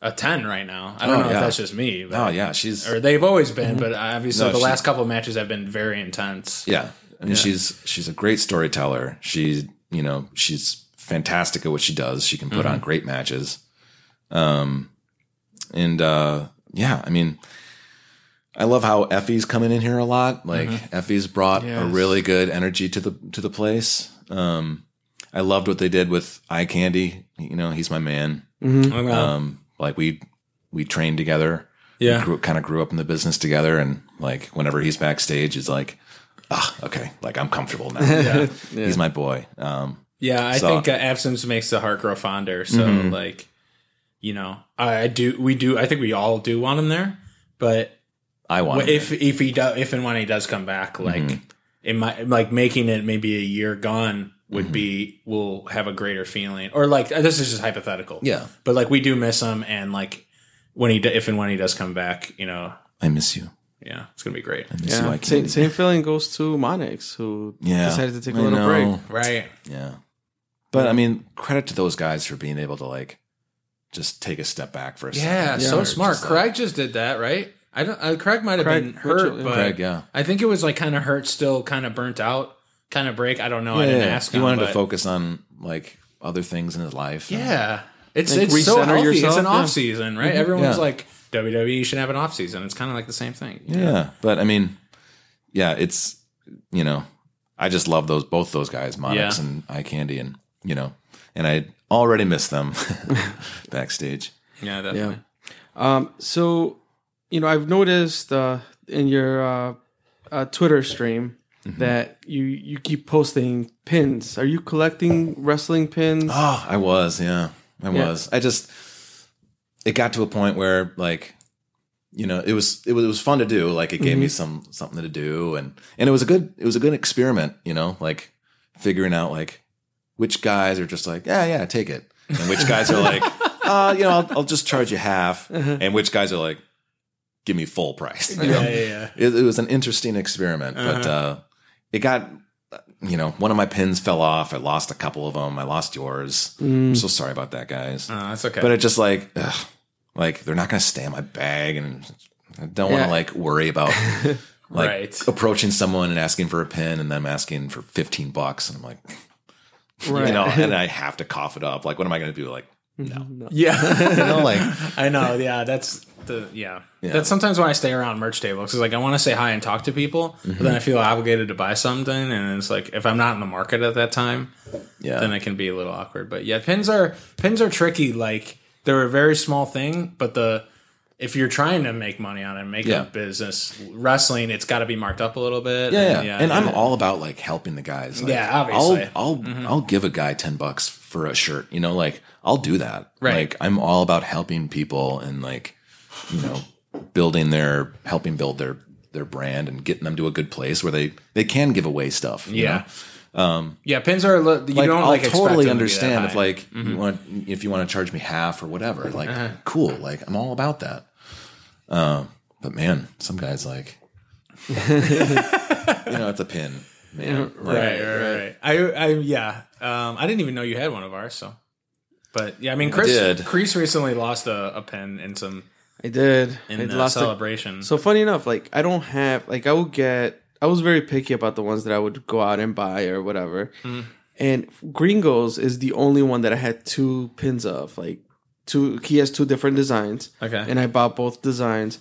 a 10 right now. I don't
Oh,
know
yeah.
if that's just me, but
oh yeah, she's
or they've always been, but obviously
No,
the
she-
last couple of matches have been very intense.
Yeah. I mean, she's she's a great storyteller. She, you know, she's fantastic at what she does. She can put on great matches. Um and uh yeah, I mean I love how Effie's coming in here a lot. Like Effie's brought a
Yes.
really good energy to the to the place. Um I loved what they did with Eye Candy. You know, he's my man.
Oh, no.
Um like we we trained together.
Yeah.
grew, kind of grew up in the business together, and like whenever he's backstage, it's like, ah, okay, like I'm comfortable now. Yeah. he's my boy. Um,
Yeah, I
So- Mm-hmm.
think uh, absence makes the heart grow fonder. So like, you know, I, I do. We do. I think we all do want him there. But
I want him
if if he does, if and when he does come back, like
Mm-hmm.
it might like making it maybe a year gone
Mm-hmm.
would be will have a greater feeling. Or like this is just hypothetical.
Yeah.
but like we do miss him, and like when he do- if and when he does come back, you know,
I miss you.
yeah, it's gonna be great.
I miss you.
Yeah.
I
Same,
can't.
same feeling goes to Monix, who
yeah,
decided to take a
I
little break.
know.
Right.
Yeah. But I mean, credit to those guys for being able to like just take a step back for a second.
Yeah, so
Or
smart.
just, like,
Craig just did that, right? I don't. Uh, Craig might have
Craig
been hurt,
Mitchell, yeah.
but
Craig, yeah.
I think it was like kind of hurt, still kind of burnt out, kind of break. I don't know. I
Yeah,
didn't
yeah.
ask.
He
him,
wanted
but-
to focus on like other things in his life. and-
Yeah, it's
Like,
it's so
recenter
healthy. it's
yourself,
an
yeah.
off season, right? Everyone's
Yeah.
like WWE should have an off season. It's kind of like the same thing.
yeah. But I mean, yeah, it's you know, I just love those both those guys, Monix
Yeah.
and Eye Candy, and you know, and I already missed them backstage.
yeah, definitely.
Um, so, you know, I've noticed uh, in your uh, uh, Twitter stream
Mm-hmm.
that you you keep posting pins. Are you collecting wrestling pins?
Oh, I was, yeah. I
Yeah.
was. I just it got to a point where like you know, it was it was it was fun to do. Like it gave me some something to do and and it was a good it was a good experiment, you know, like figuring out like which guys are just like, yeah, yeah, take it. And which guys are like, uh, you know, I'll, I'll just charge you half. And which guys are like, give me full price. you know?
Yeah, yeah, yeah.
it, it was an interesting experiment, but uh, it got you know one of my pins fell off. I lost a couple of them. I lost yours. I'm
Mm,
so sorry about that, guys.
Uh, that's okay.
but it just like ugh, like they're not going to stay in my bag, and I don't want
Yeah.
to like worry about like
Right.
approaching someone and asking for a pin, and them asking for 15 bucks, and I'm like,
Right.
you know, and I have to cough it up. Like, what am I going to do? Like, no,
yeah,
you know, like
I know. Yeah, that's the yeah.
Yeah.
That's sometimes when I stay around merch tables because like I want to say hi and talk to people, but then I feel obligated to buy something, and it's like if I'm not in the market at that time,
yeah,
then it can be a little awkward. But yeah, pins are pins are tricky. Like they're a very small thing, but the if you're trying to make money on it, make
Yeah.
a business wrestling, it's got to be marked up a little bit.
Yeah, yeah. and I'm all about like helping the guys. Like,
Yeah, obviously. Mm-hmm.
I'll I'll, I'll give a guy ten bucks for a shirt. You know, like I'll do that.
Right.
Like I'm all about helping people and like you know building their helping build their their brand and getting them to a good place where they they can give away stuff. you
yeah,
know? um,
yeah. Pins are a li- you
Like,
don't
I'll
like expect them to
totally
be
understand
that
if
high. Mm-hmm.
like you want if you want to charge me half or whatever. Like
Uh-huh.
cool. Like I'm all about that. Um, but man, some guys like you know it's a pin. Man, Like,
right, right, right. I, I yeah. Um, I didn't even know you had one of ours. So, but yeah, I mean, Chris,
did.
Chris recently lost a, a pin in some
I did. I
uh,
in the
lost it.
celebration.
So funny enough, like I don't have like I would get I was very picky about the ones that I would go out and buy or whatever. And Gringos is the only one that I had two pins of. Like two he has two different designs.
Okay.
And I bought both designs.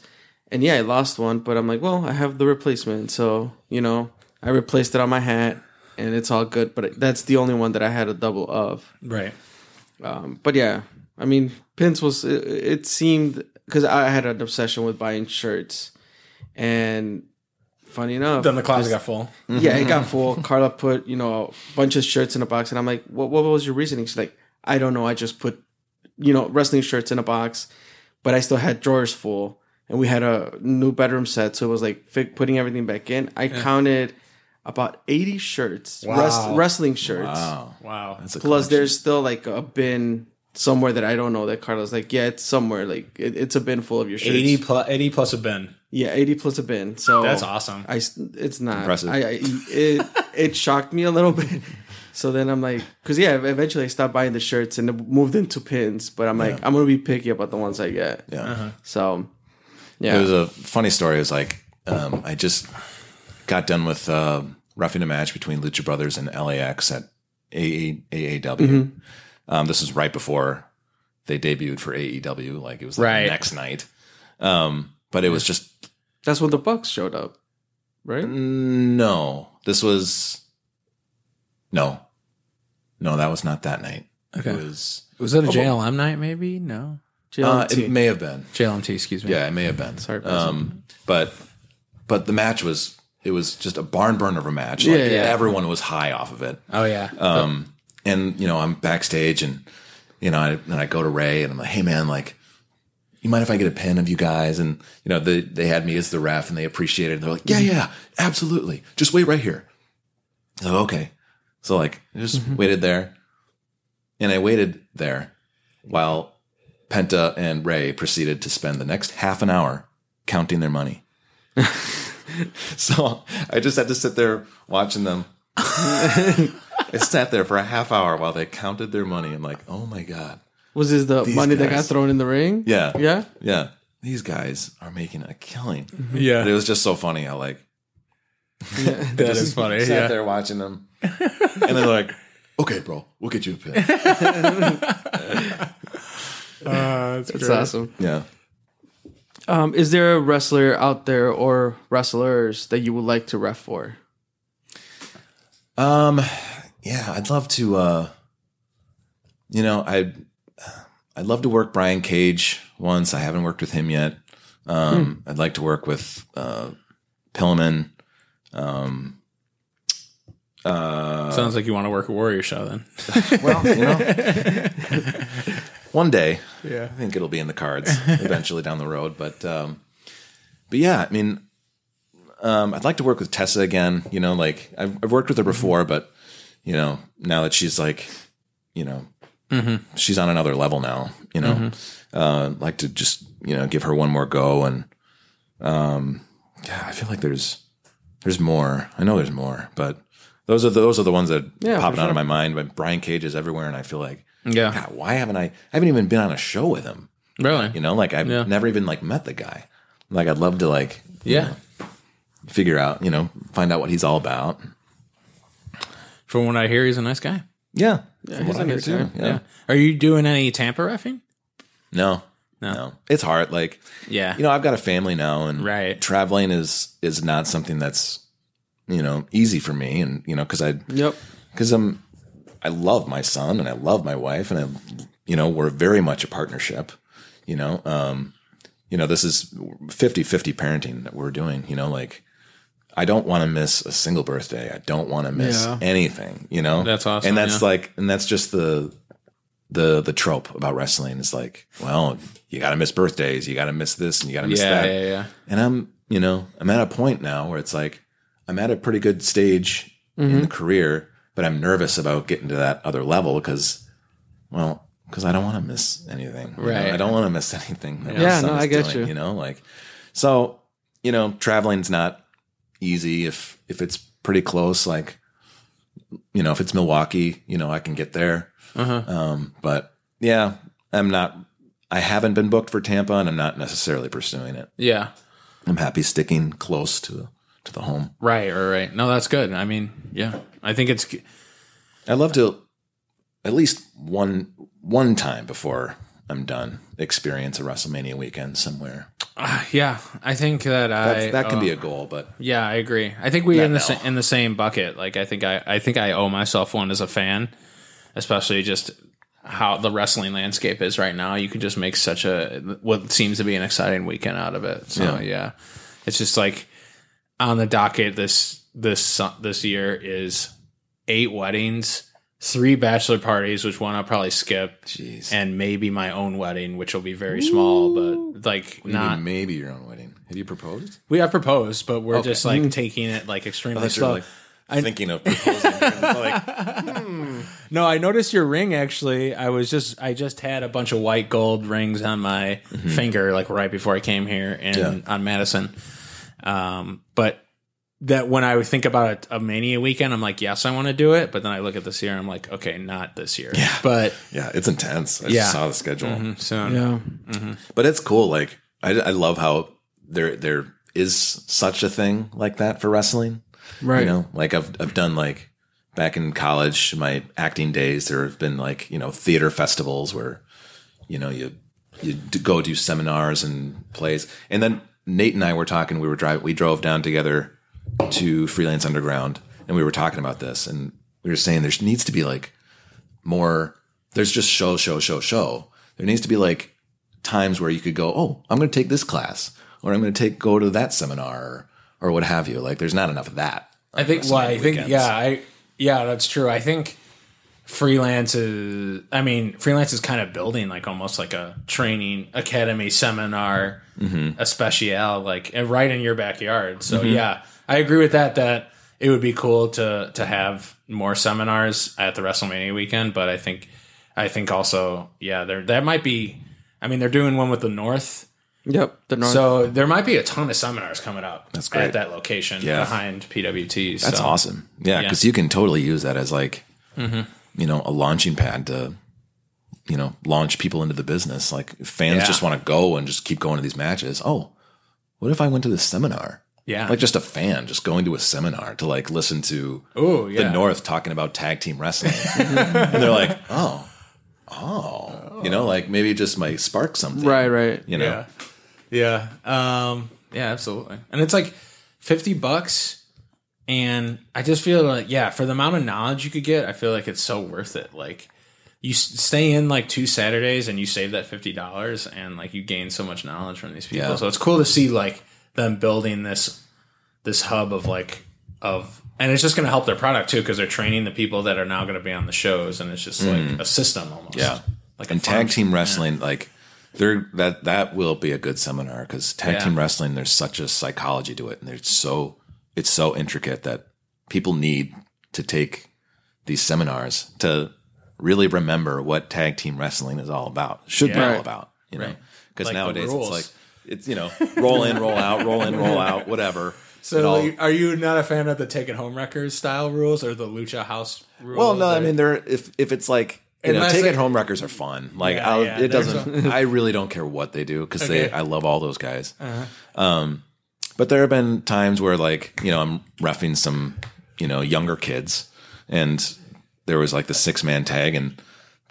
And yeah, I lost one, but I'm like, well, I have the replacement. So, you know, I replaced it on my hat and it's all good, but that's the only one that I had a double of.
right.
Um, but yeah, I mean, pins was it, it seemed because I had an obsession with buying shirts, and funny enough,
Then the closet got full.
yeah, it got full. Carla put you know a bunch of shirts in a box, and I'm like, what? What was your reasoning? She's like, I don't know. I just put you know wrestling shirts in a box, but I still had drawers full, and we had a new bedroom set, so it was like fi- putting everything back in. I counted about 80 shirts, wrest-
Wow.
wrestling shirts.
Wow.
Wow.
That's a
Plus,
collection.
there's still like a bin somewhere that I don't know that Carlos like, yeah, it's somewhere like it, it's a bin full of your shirts.
80 plus 80 plus a bin.
yeah, eighty plus a bin.
Oh.
So
That's awesome.
I s- it's not
Impressive.
I, I it it shocked me a little bit. So then I'm like, because yeah, eventually I stopped buying the shirts and moved into pins. But I'm like, I'm gonna be picky about the ones I get.
yeah.
So
It
yeah,
was a funny story. It was like um, I just got done with uh, roughing a match between Lucha Brothers and LAX at AA, AAW. Um, this was right before they debuted for AEW. Like it was like
Right.
the next night. Um, but it was just
that's when the Bucks showed up, right?
Mm, no. This was no, no. That was not that night.
Okay.
It was
Was that a JLM night? Maybe no.
Uh,
JLMT.
it may have been.
JLMT, excuse me.
Yeah, it may have been.
Sorry, President.
um, but but the match was it was just a barn burner of a match. like,
Yeah, yeah.
everyone was high off of it.
Oh yeah.
Uh, and you know I'm backstage and you know I, and I go to Ray and I'm like, hey man, like you mind if I get a pin of you guys? And you know they they had me as the ref and they appreciated. it. They're like, yeah, yeah, absolutely. Just wait right here. So okay, so like I just waited there, and I waited there while Penta and Ray proceeded to spend the next half an hour counting their money. so I just had to sit there watching them I sat there for a half hour while they counted their money and like, oh my god,
Was this the
These
money that got
guys.
thrown in the ring?
yeah,
Yeah.
yeah. These guys are making a killing.
Mm-hmm.
But it
yeah,
was just so funny how like
that is funny.
sat
Yeah,
there watching them, and they're like, okay, bro, we'll get you a pin.
Ah, that's,
That's awesome.
yeah.
Um, is there a wrestler out there or wrestlers that you would like to ref for?
Um, yeah, I'd love to. uh You know, I uh, I'd love to work Brian Cage once. I haven't worked with him yet. Um,
Hmm.
I'd like to work with uh, Pillman. Um, uh,
Sounds like you want to work a warrior show then.
well, you know, one day
Yeah.
I think it'll be in the cards eventually down the road. But um, but yeah, I mean, um, I'd like to work with Tessa again. You know, like I've, I've worked with her before, but you know, now that she's like, you know,
Mm-hmm.
she's on another level now. You know, uh, I'd like to just you know give her one more go, and um, yeah, I feel like there's there's more. I know there's more, but. Those are the, those are the ones that
Yeah, for
popping out
sure.
of my mind. But Brian Cage is everywhere, and I feel like
Yeah,
God, why haven't I? I haven't even been on a show with him.
really.
You know, like I've
Yeah.
never even like met the guy. Like I'd love to like
yeah.
figure out, you know, find out what he's all about.
From what I hear, he's a nice guy.
Yeah,
he's a nice guy.
Yeah.
Yeah. Are you doing any Tampa refing?
No, no, it's hard. Like
Yeah.
you know, I've got a family now, and
Right.
traveling is is not something that's you know easy for me, and you know because I
Yep.
because I'm I love my son and I love my wife and I you know we're very much a partnership you know um you know this is 50-50 parenting that we're doing you know like I don't want to miss a single birthday I don't want to miss
Yeah.
anything you know
That's awesome,
and that's
yeah.
like and that's just the the the trope about wrestling is like well you got to miss birthdays you got to miss this and you got to miss that
yeah.
and I'm, you know, I'm at a point now where it's like I'm at a pretty good stage in
Mm-hmm.
the career, but I'm nervous about getting to that other level because, well, because I don't want to miss anything. you know?
Right.
I don't want to miss anything. that my
Yeah,
son
no,
is
I get you.
You know, like so, you know, traveling's not easy if if it's pretty close. Like, you know, if it's Milwaukee, you know, I can get there.
Uh-huh.
Um, but yeah, I'm not. I haven't been booked for Tampa, and I'm not necessarily pursuing it.
Yeah.
I'm happy sticking close to to the home.
Right, right, right. No, that's good. I mean, yeah. I think it's g-
I love to at least one one time before I'm done experience a WrestleMania weekend somewhere.
ah, yeah. I think that I
That's, that can
uh,
be a goal, but
Yeah, I agree. I think we in the
now.
sa- in the same bucket. Like I think I I think I owe myself one as a fan, especially just how the wrestling landscape is right now. You can just make such a what seems to be an exciting weekend out of it. So yeah,
Yeah.
it's just like on the docket this this su- this year is eight weddings, three bachelor parties, which one I'll probably skip,
jeez,
and maybe my own wedding, which will be very small, but like
You mean
not
maybe your own wedding. Have you proposed?
we have proposed, but we're
Okay. Mm.
just like taking it like extremely
Unless you're
slow.
like thinking of proposing. like,
no, I noticed your ring actually. I was just I just had a bunch of white gold rings on my finger like right before I came here and
Mm-hmm. Yeah.
on Madison. Um, but that when I would think about a, a mania weekend, I'm like, yes, I want to do it. But then I look at this year, I'm like, okay, not this year. Yeah. But
yeah, it's intense. I
Yeah. Mm-hmm.
just saw the schedule,
soon.
Yeah.
but it's cool. Like I, I love how there there is such a thing like that for wrestling.
Right.
You know, like I've I've done like back in college, my acting days. There have been like you know theater festivals where you know you you d- go do seminars and plays. And then Nate and I were talking. We were driving. We drove down together to Freelance Underground, and we were talking about this. And we were saying there needs to be like more. There's just show, show, show, show. There needs to be like times where you could go, oh, I'm going to take this class, or I'm going to take go to that seminar, or, or what have you. Like, there's not enough of that.
I think.
on
Well, I think.
weekends.
Yeah, I. Yeah, that's true. I think freelance is. I mean, freelance is kind of building like almost like a training academy seminar,
Mm-hmm.
a special like and right in your backyard. So yeah, I agree with that. That it would be cool to to have more seminars at the WrestleMania weekend, but I think I think also yeah, there that might be. I mean, they're doing one with the North.
Yep. The North.
So there might be a ton of seminars coming up That's
great.
at that location
Yeah.
behind PWT.
That's
so. Mm-hmm.
awesome. Yeah, because you can totally use that as like, you know, a launching pad to, you know, launch people into the business. Like if fans
Yeah.
just want to go and just keep going to these matches. Oh, what if I went to this seminar?
Yeah.
Like just a fan just going to a seminar to like listen to
Oh yeah.
the North talking about tag team wrestling. and they're like, oh, oh, you know, like maybe it just might spark something.
right. Right.
You know,
Yeah. Yeah. Um, yeah, absolutely. And it's like 50 bucks. And I just feel like, yeah, for the amount of knowledge you could get, I feel like it's so worth it. Like, you s- stay in like two Saturdays and you save that $50 and like you gain so much knowledge from these people.
Yeah.
So it's cool to see like them building this, this hub of like, of, and it's just going to help their product too because they're training the people that are now going to be on the shows and it's just like a system almost.
Mm. Yeah.
Like
and
a
tag
farm-
team wrestling, like there that that will be a good seminar because tag
Yeah.
team wrestling, there's such a psychology to it, and it's so it's so intricate that people need to take these seminars to really remember what tag team wrestling is all about, should be
Yeah.
all about, you know,
Right.
because
Like the
nowadays it's
rules.
like it's you know roll in, roll out, roll in, roll out, whatever. It
So
all-
you- are you not a fan of the take it home wreckers style rules or the lucha house rules?
Well, no, I
or-
mean, they're if if it's like you know,
Unless
take
they-
it home records are fun. Like
Yeah,
I'll,
yeah,
it
they're
doesn't. I really don't care what they do because they.
Okay. Uh-huh.
I love all those guys. Um, but there have been times where like you know I'm refing some you know younger kids, and there was like the six man tag and.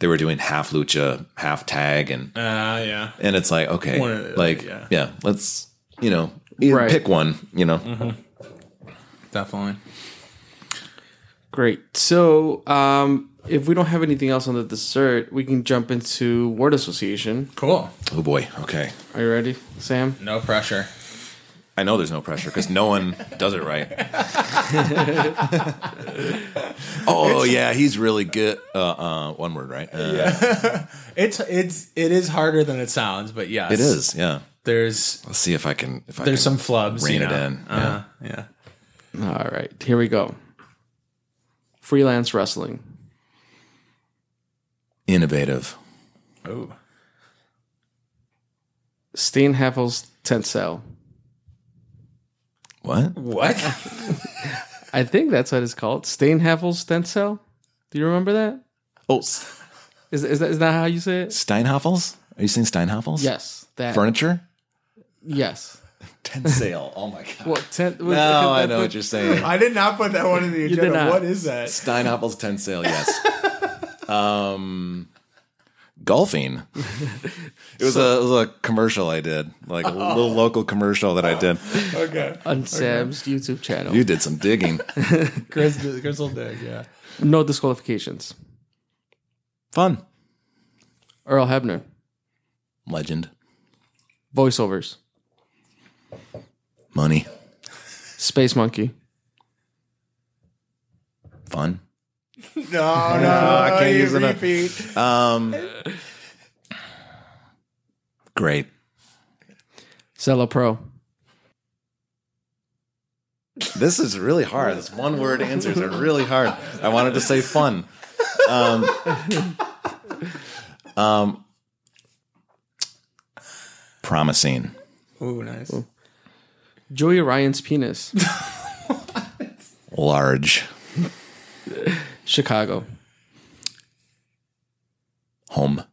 They were doing half lucha, half tag, and
Ah, yeah.
and it's like okay,
One of the-
like
yeah.
yeah. let's you know either
Right.
pick one, you know,
Mm-hmm. Definitely.
Great. So, um, if we don't have anything else on the dessert, we can jump into word association.
Cool.
oh boy, okay.
Are you ready, Sam?
No pressure.
I know there's no pressure because no one does it right. oh yeah, he's really good. Uh, uh, one word, right? Uh,
It's it's it is harder than it sounds, but yes.
It is. Yeah.
There's
Let's see if I can. If I
there's
can
some flubs.
rein
you
it
know.
in.
Uh, yeah.
All right, here we go. Freelance wrestling.
innovative.
Oh.
Steen Heffel's tent cell.
What?
What?
I think that's what it's called. Steen Heffel's tent cell. Do you remember that?
Oh, S-
Is, is that is that how you say it?
Steinhoffels? Are you seeing Steinhoffels?
Yes. That.
Furniture.
yes.
Tent sale. Oh my god.
What tent?
No, I know what you're saying.
I did not put that one in the
did agenda. not. What
is that?
Steinhoffels tent sale. Yes. um, golfing. It was, a, it was a commercial I did, like a little
Oh.
local commercial that I did.
Okay.
on Sam's YouTube channel.
You did some digging.
Chris Crystal Dick, yeah.
no disqualifications.
Fun.
Earl Hebner.
Legend.
Voiceovers.
Money.
Space Monkey.
Fun.
No, no.
I can't use it. Um, great.
Cello Pro.
This is really hard. This one word answers are really hard. I wanted to say fun. Um, um, promising.
Ooh, nice.
Joey Ryan's penis.
Large.
Chicago.
Home.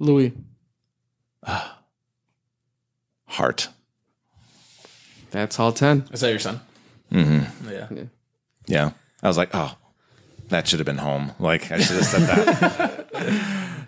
Louis.
Heart.
That's all 10.
Is that your son? Mm-hmm. Yeah.
Yeah. I was like, oh, that should have been home. Like, I should have said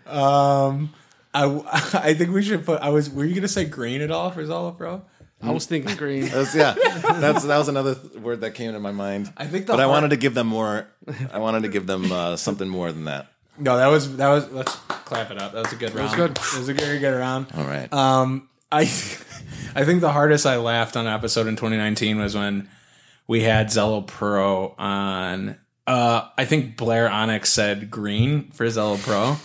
that.
Um, I, I think we should put. I was. Were you gonna say green at all for Zola Pro?
I was thinking green.
That's- yeah. That's, that was another th- word that came to my mind.
I think the
but I
heart-
wanted to give them more. I wanted to give them uh, something more than that.
No, that was that was. That's, clap it up. That was a good round.
was good.
It was a very good round.
All right.
Um, I, I think the hardest I laughed on an episode in 2019 was when we had Zello Pro on. Uh, I think Blair Onyx said green for Zello Pro.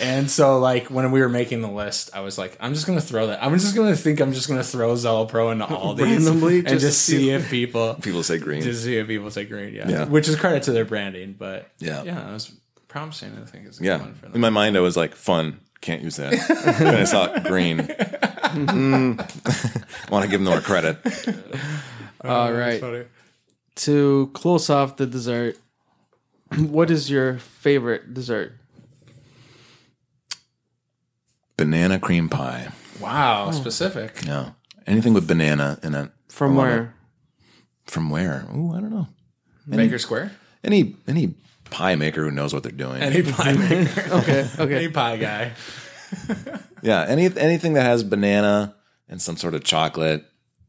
and so, like, when we were making the list, I was like, I'm just going to throw that. I'm just going to think I'm just going to throw Zello Pro into all these
Randomly,
and
just
just,
to see-
see if people,
People say green.
just see if people say green. Yeah.
Yeah.
Which is credit to their branding, but
Yeah.
Yeah. It was promising. I think it's a good
yeah.
one for them.
In my mind, I was like, fun. Can't use that. and I saw green. Want to give them more credit.
All right. To close off the dessert, what is your favorite dessert?
Banana cream pie.
Oh.
Wow. Specific.
Yeah. Anything with banana in it.
From
love
where?
From where? Ooh, I don't know.
Baker Square.
Any any pie maker who knows what they're doing.
Any pie maker.
Okay,
Any
okay.
pie guy.
yeah. Any anything that has banana and some sort of chocolate.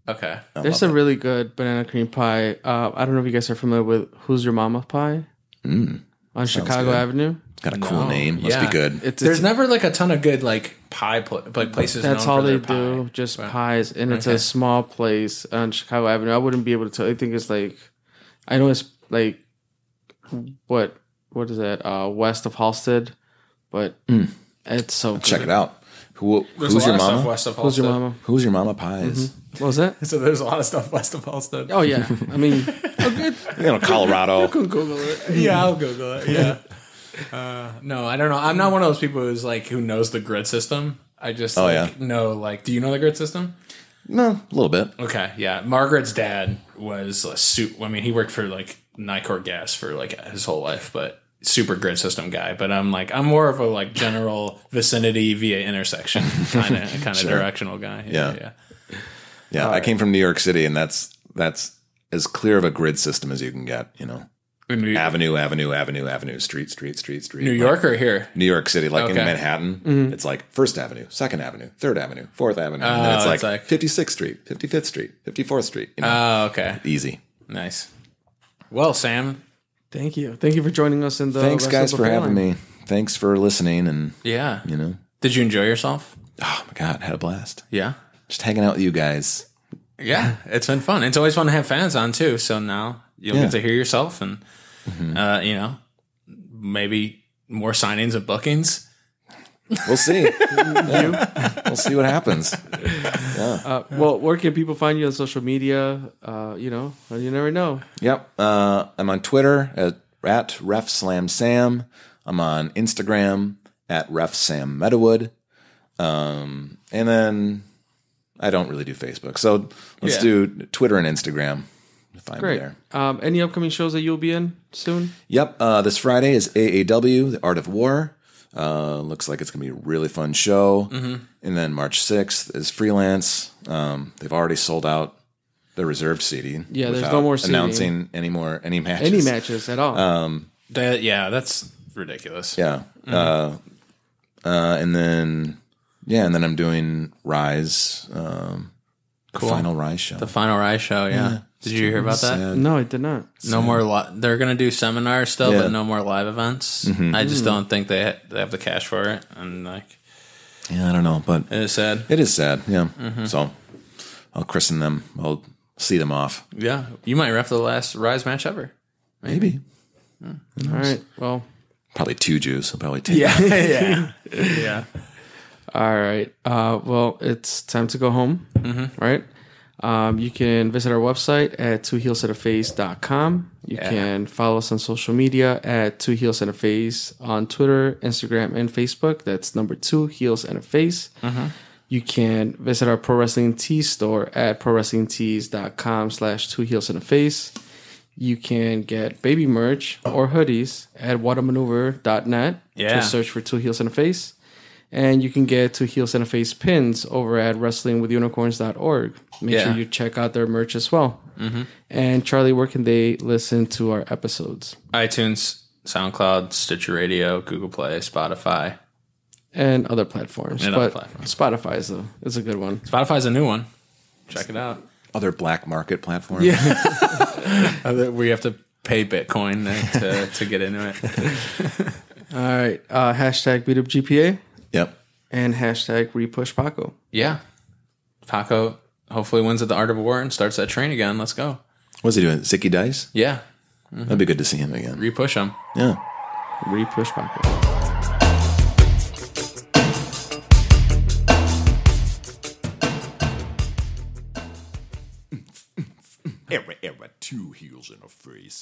Okay.
I
There's a
love
really good banana cream pie. Uh, I don't know if you guys are familiar with Who's Your Mama Pie on Chicago
Mm. good.
Avenue.
it. got a cool name. Must
Yeah.
be good.
It's,
There's
it's-
never like a ton of good like pie pl- like places.
that's
known
all
for
they
their pie.
do, just pies, and it's a small place on Chicago Avenue. I wouldn't be able to tell. I think it's like, I know it's like, what what is that? Uh, west of Halsted, but it's so
Mm. Check it out. Who,
There's
who's
a lot
your mama?
of stuff Mm-hmm. west of Halstead.
Who's your mama?
Who's your mama pies?
What was that?
So there's a lot of stuff west of Halstead.
Oh yeah, I mean,
You know, Colorado.
Google it.
yeah, I'll Google it. Yeah. Uh, no, I don't know. I'm not one of those people who's like who knows the grid system. I just
Oh,
like,
yeah.
know like do you know the grid system?
no, a little bit.
Okay, yeah. Margaret's dad was a suit. I mean, he worked for like Nicor Gas for like his whole life, but super grid system guy. But I'm like, I'm more of a like general vicinity via intersection kind of kind of directional guy.
Yeah.
yeah.
Yeah, I came from New York City, and that's that's as clear of a grid system as you can get. You know,
In New,
avenue, avenue, avenue, avenue, street, street, street, street.
New York or here?
New York City, like in
Okay. Mm-hmm.
Manhattan, it's like First Avenue, Second Avenue, Third Avenue, Fourth Avenue, and then
Oh,
it's like
it's like-
Fifty Sixth Street, Fifty Fifth Street, Fifty Fourth Street. You know,
Oh, okay.
easy.
Nice. Well, Sam.
Thank you, thank you for joining us in the.
Thanks,
West
guys,
of
for
Buffalo
having
line.
me. Thanks for listening, and
Yeah.
you know,
Did you enjoy yourself?
oh my god, had a blast.
Yeah.
Just hanging out with you guys.
Yeah, it's been fun. It's always fun to have fans on too. So now you'll
Yeah.
get to hear yourself, and uh, you know, maybe more signings and bookings.
We'll see. Yeah. We'll see what happens.
Uh, well, where can people find you on social media? Uh, you know, you never know.
Yep. Uh, I'm on Twitter at, at RefSlamSam. I'm on Instagram at RefSamMeadowood. Um, and then I don't really do Facebook. So let's
Yeah.
do Twitter and Instagram. Find me
Great.
there.
Um, any upcoming shows that you'll be in soon?
Yep. Uh, this Friday is AAW, The Art of War. Uh, looks like it's going to be a really fun show.
Mm-hmm.
And then March 6th is Freelance. Um, they've already sold out the reserved seating.
Yeah, there's no
without
more seating.
announcing any more any matches.
Any matches at all?
Um,
That yeah, that's ridiculous.
Yeah.
Mm-hmm.
Uh, uh, and then yeah, and then I'm doing Rise, um,
Cool.
the final Rise show.
The final Rise show. Yeah. Did you hear about that?
Sad.
no, I did not.
No more. Li- they're gonna do seminars still,
Yeah.
but no more live events. I just don't think they ha- they have the cash for it, and like
Yeah, I don't know, but
it is sad.
it is sad. Yeah.
Mm-hmm.
So I'll christen them. I'll see them off.
Yeah, you might ref the last Rise match ever.
Maybe.
All right. Well,
Probably two Jews. I'll probably take.
Yeah, yeah, yeah.
all right. Uh, well, it's time to go home. Right. Um, you can visit our website at twoheelsandaface.com. You can follow us on social media at Two Heels and a Face on Twitter, Instagram, and Facebook. That's number two, Heels and a Face. You can visit our Pro Wrestling Tees store at prowrestlingtees.com slash two heels and a face. You can get baby merch or hoodies at whatamaneuver.net.
Yeah.
Just search for Two Heels and a Face. And you can get Two Heels and a Face pins over at wrestlingwithunicorns.org. Make
Yeah.
sure you check out their merch as well. Mm-hmm. And Charlie, where can they listen to our episodes?
iTunes, SoundCloud, Stitcher Radio, Google Play, Spotify.
And other platforms.
And other
but
platforms.
Spotify is a, is a good one.
Spotify's a new one. Check it out.
Other black market platform.
We have to pay Bitcoin to, to, to get into it.
All right. Uh, hashtag beat up GPA
Yep.
and hashtag repush Paco.
Yeah. Paco hopefully wins at the Art of War and starts that train again. Let's go.
What's he doing? Zicky Dice?
Yeah.
That'd be good to see him again.
Repush him.
Yeah.
Repush Paco.
Era, era, two heels in a face.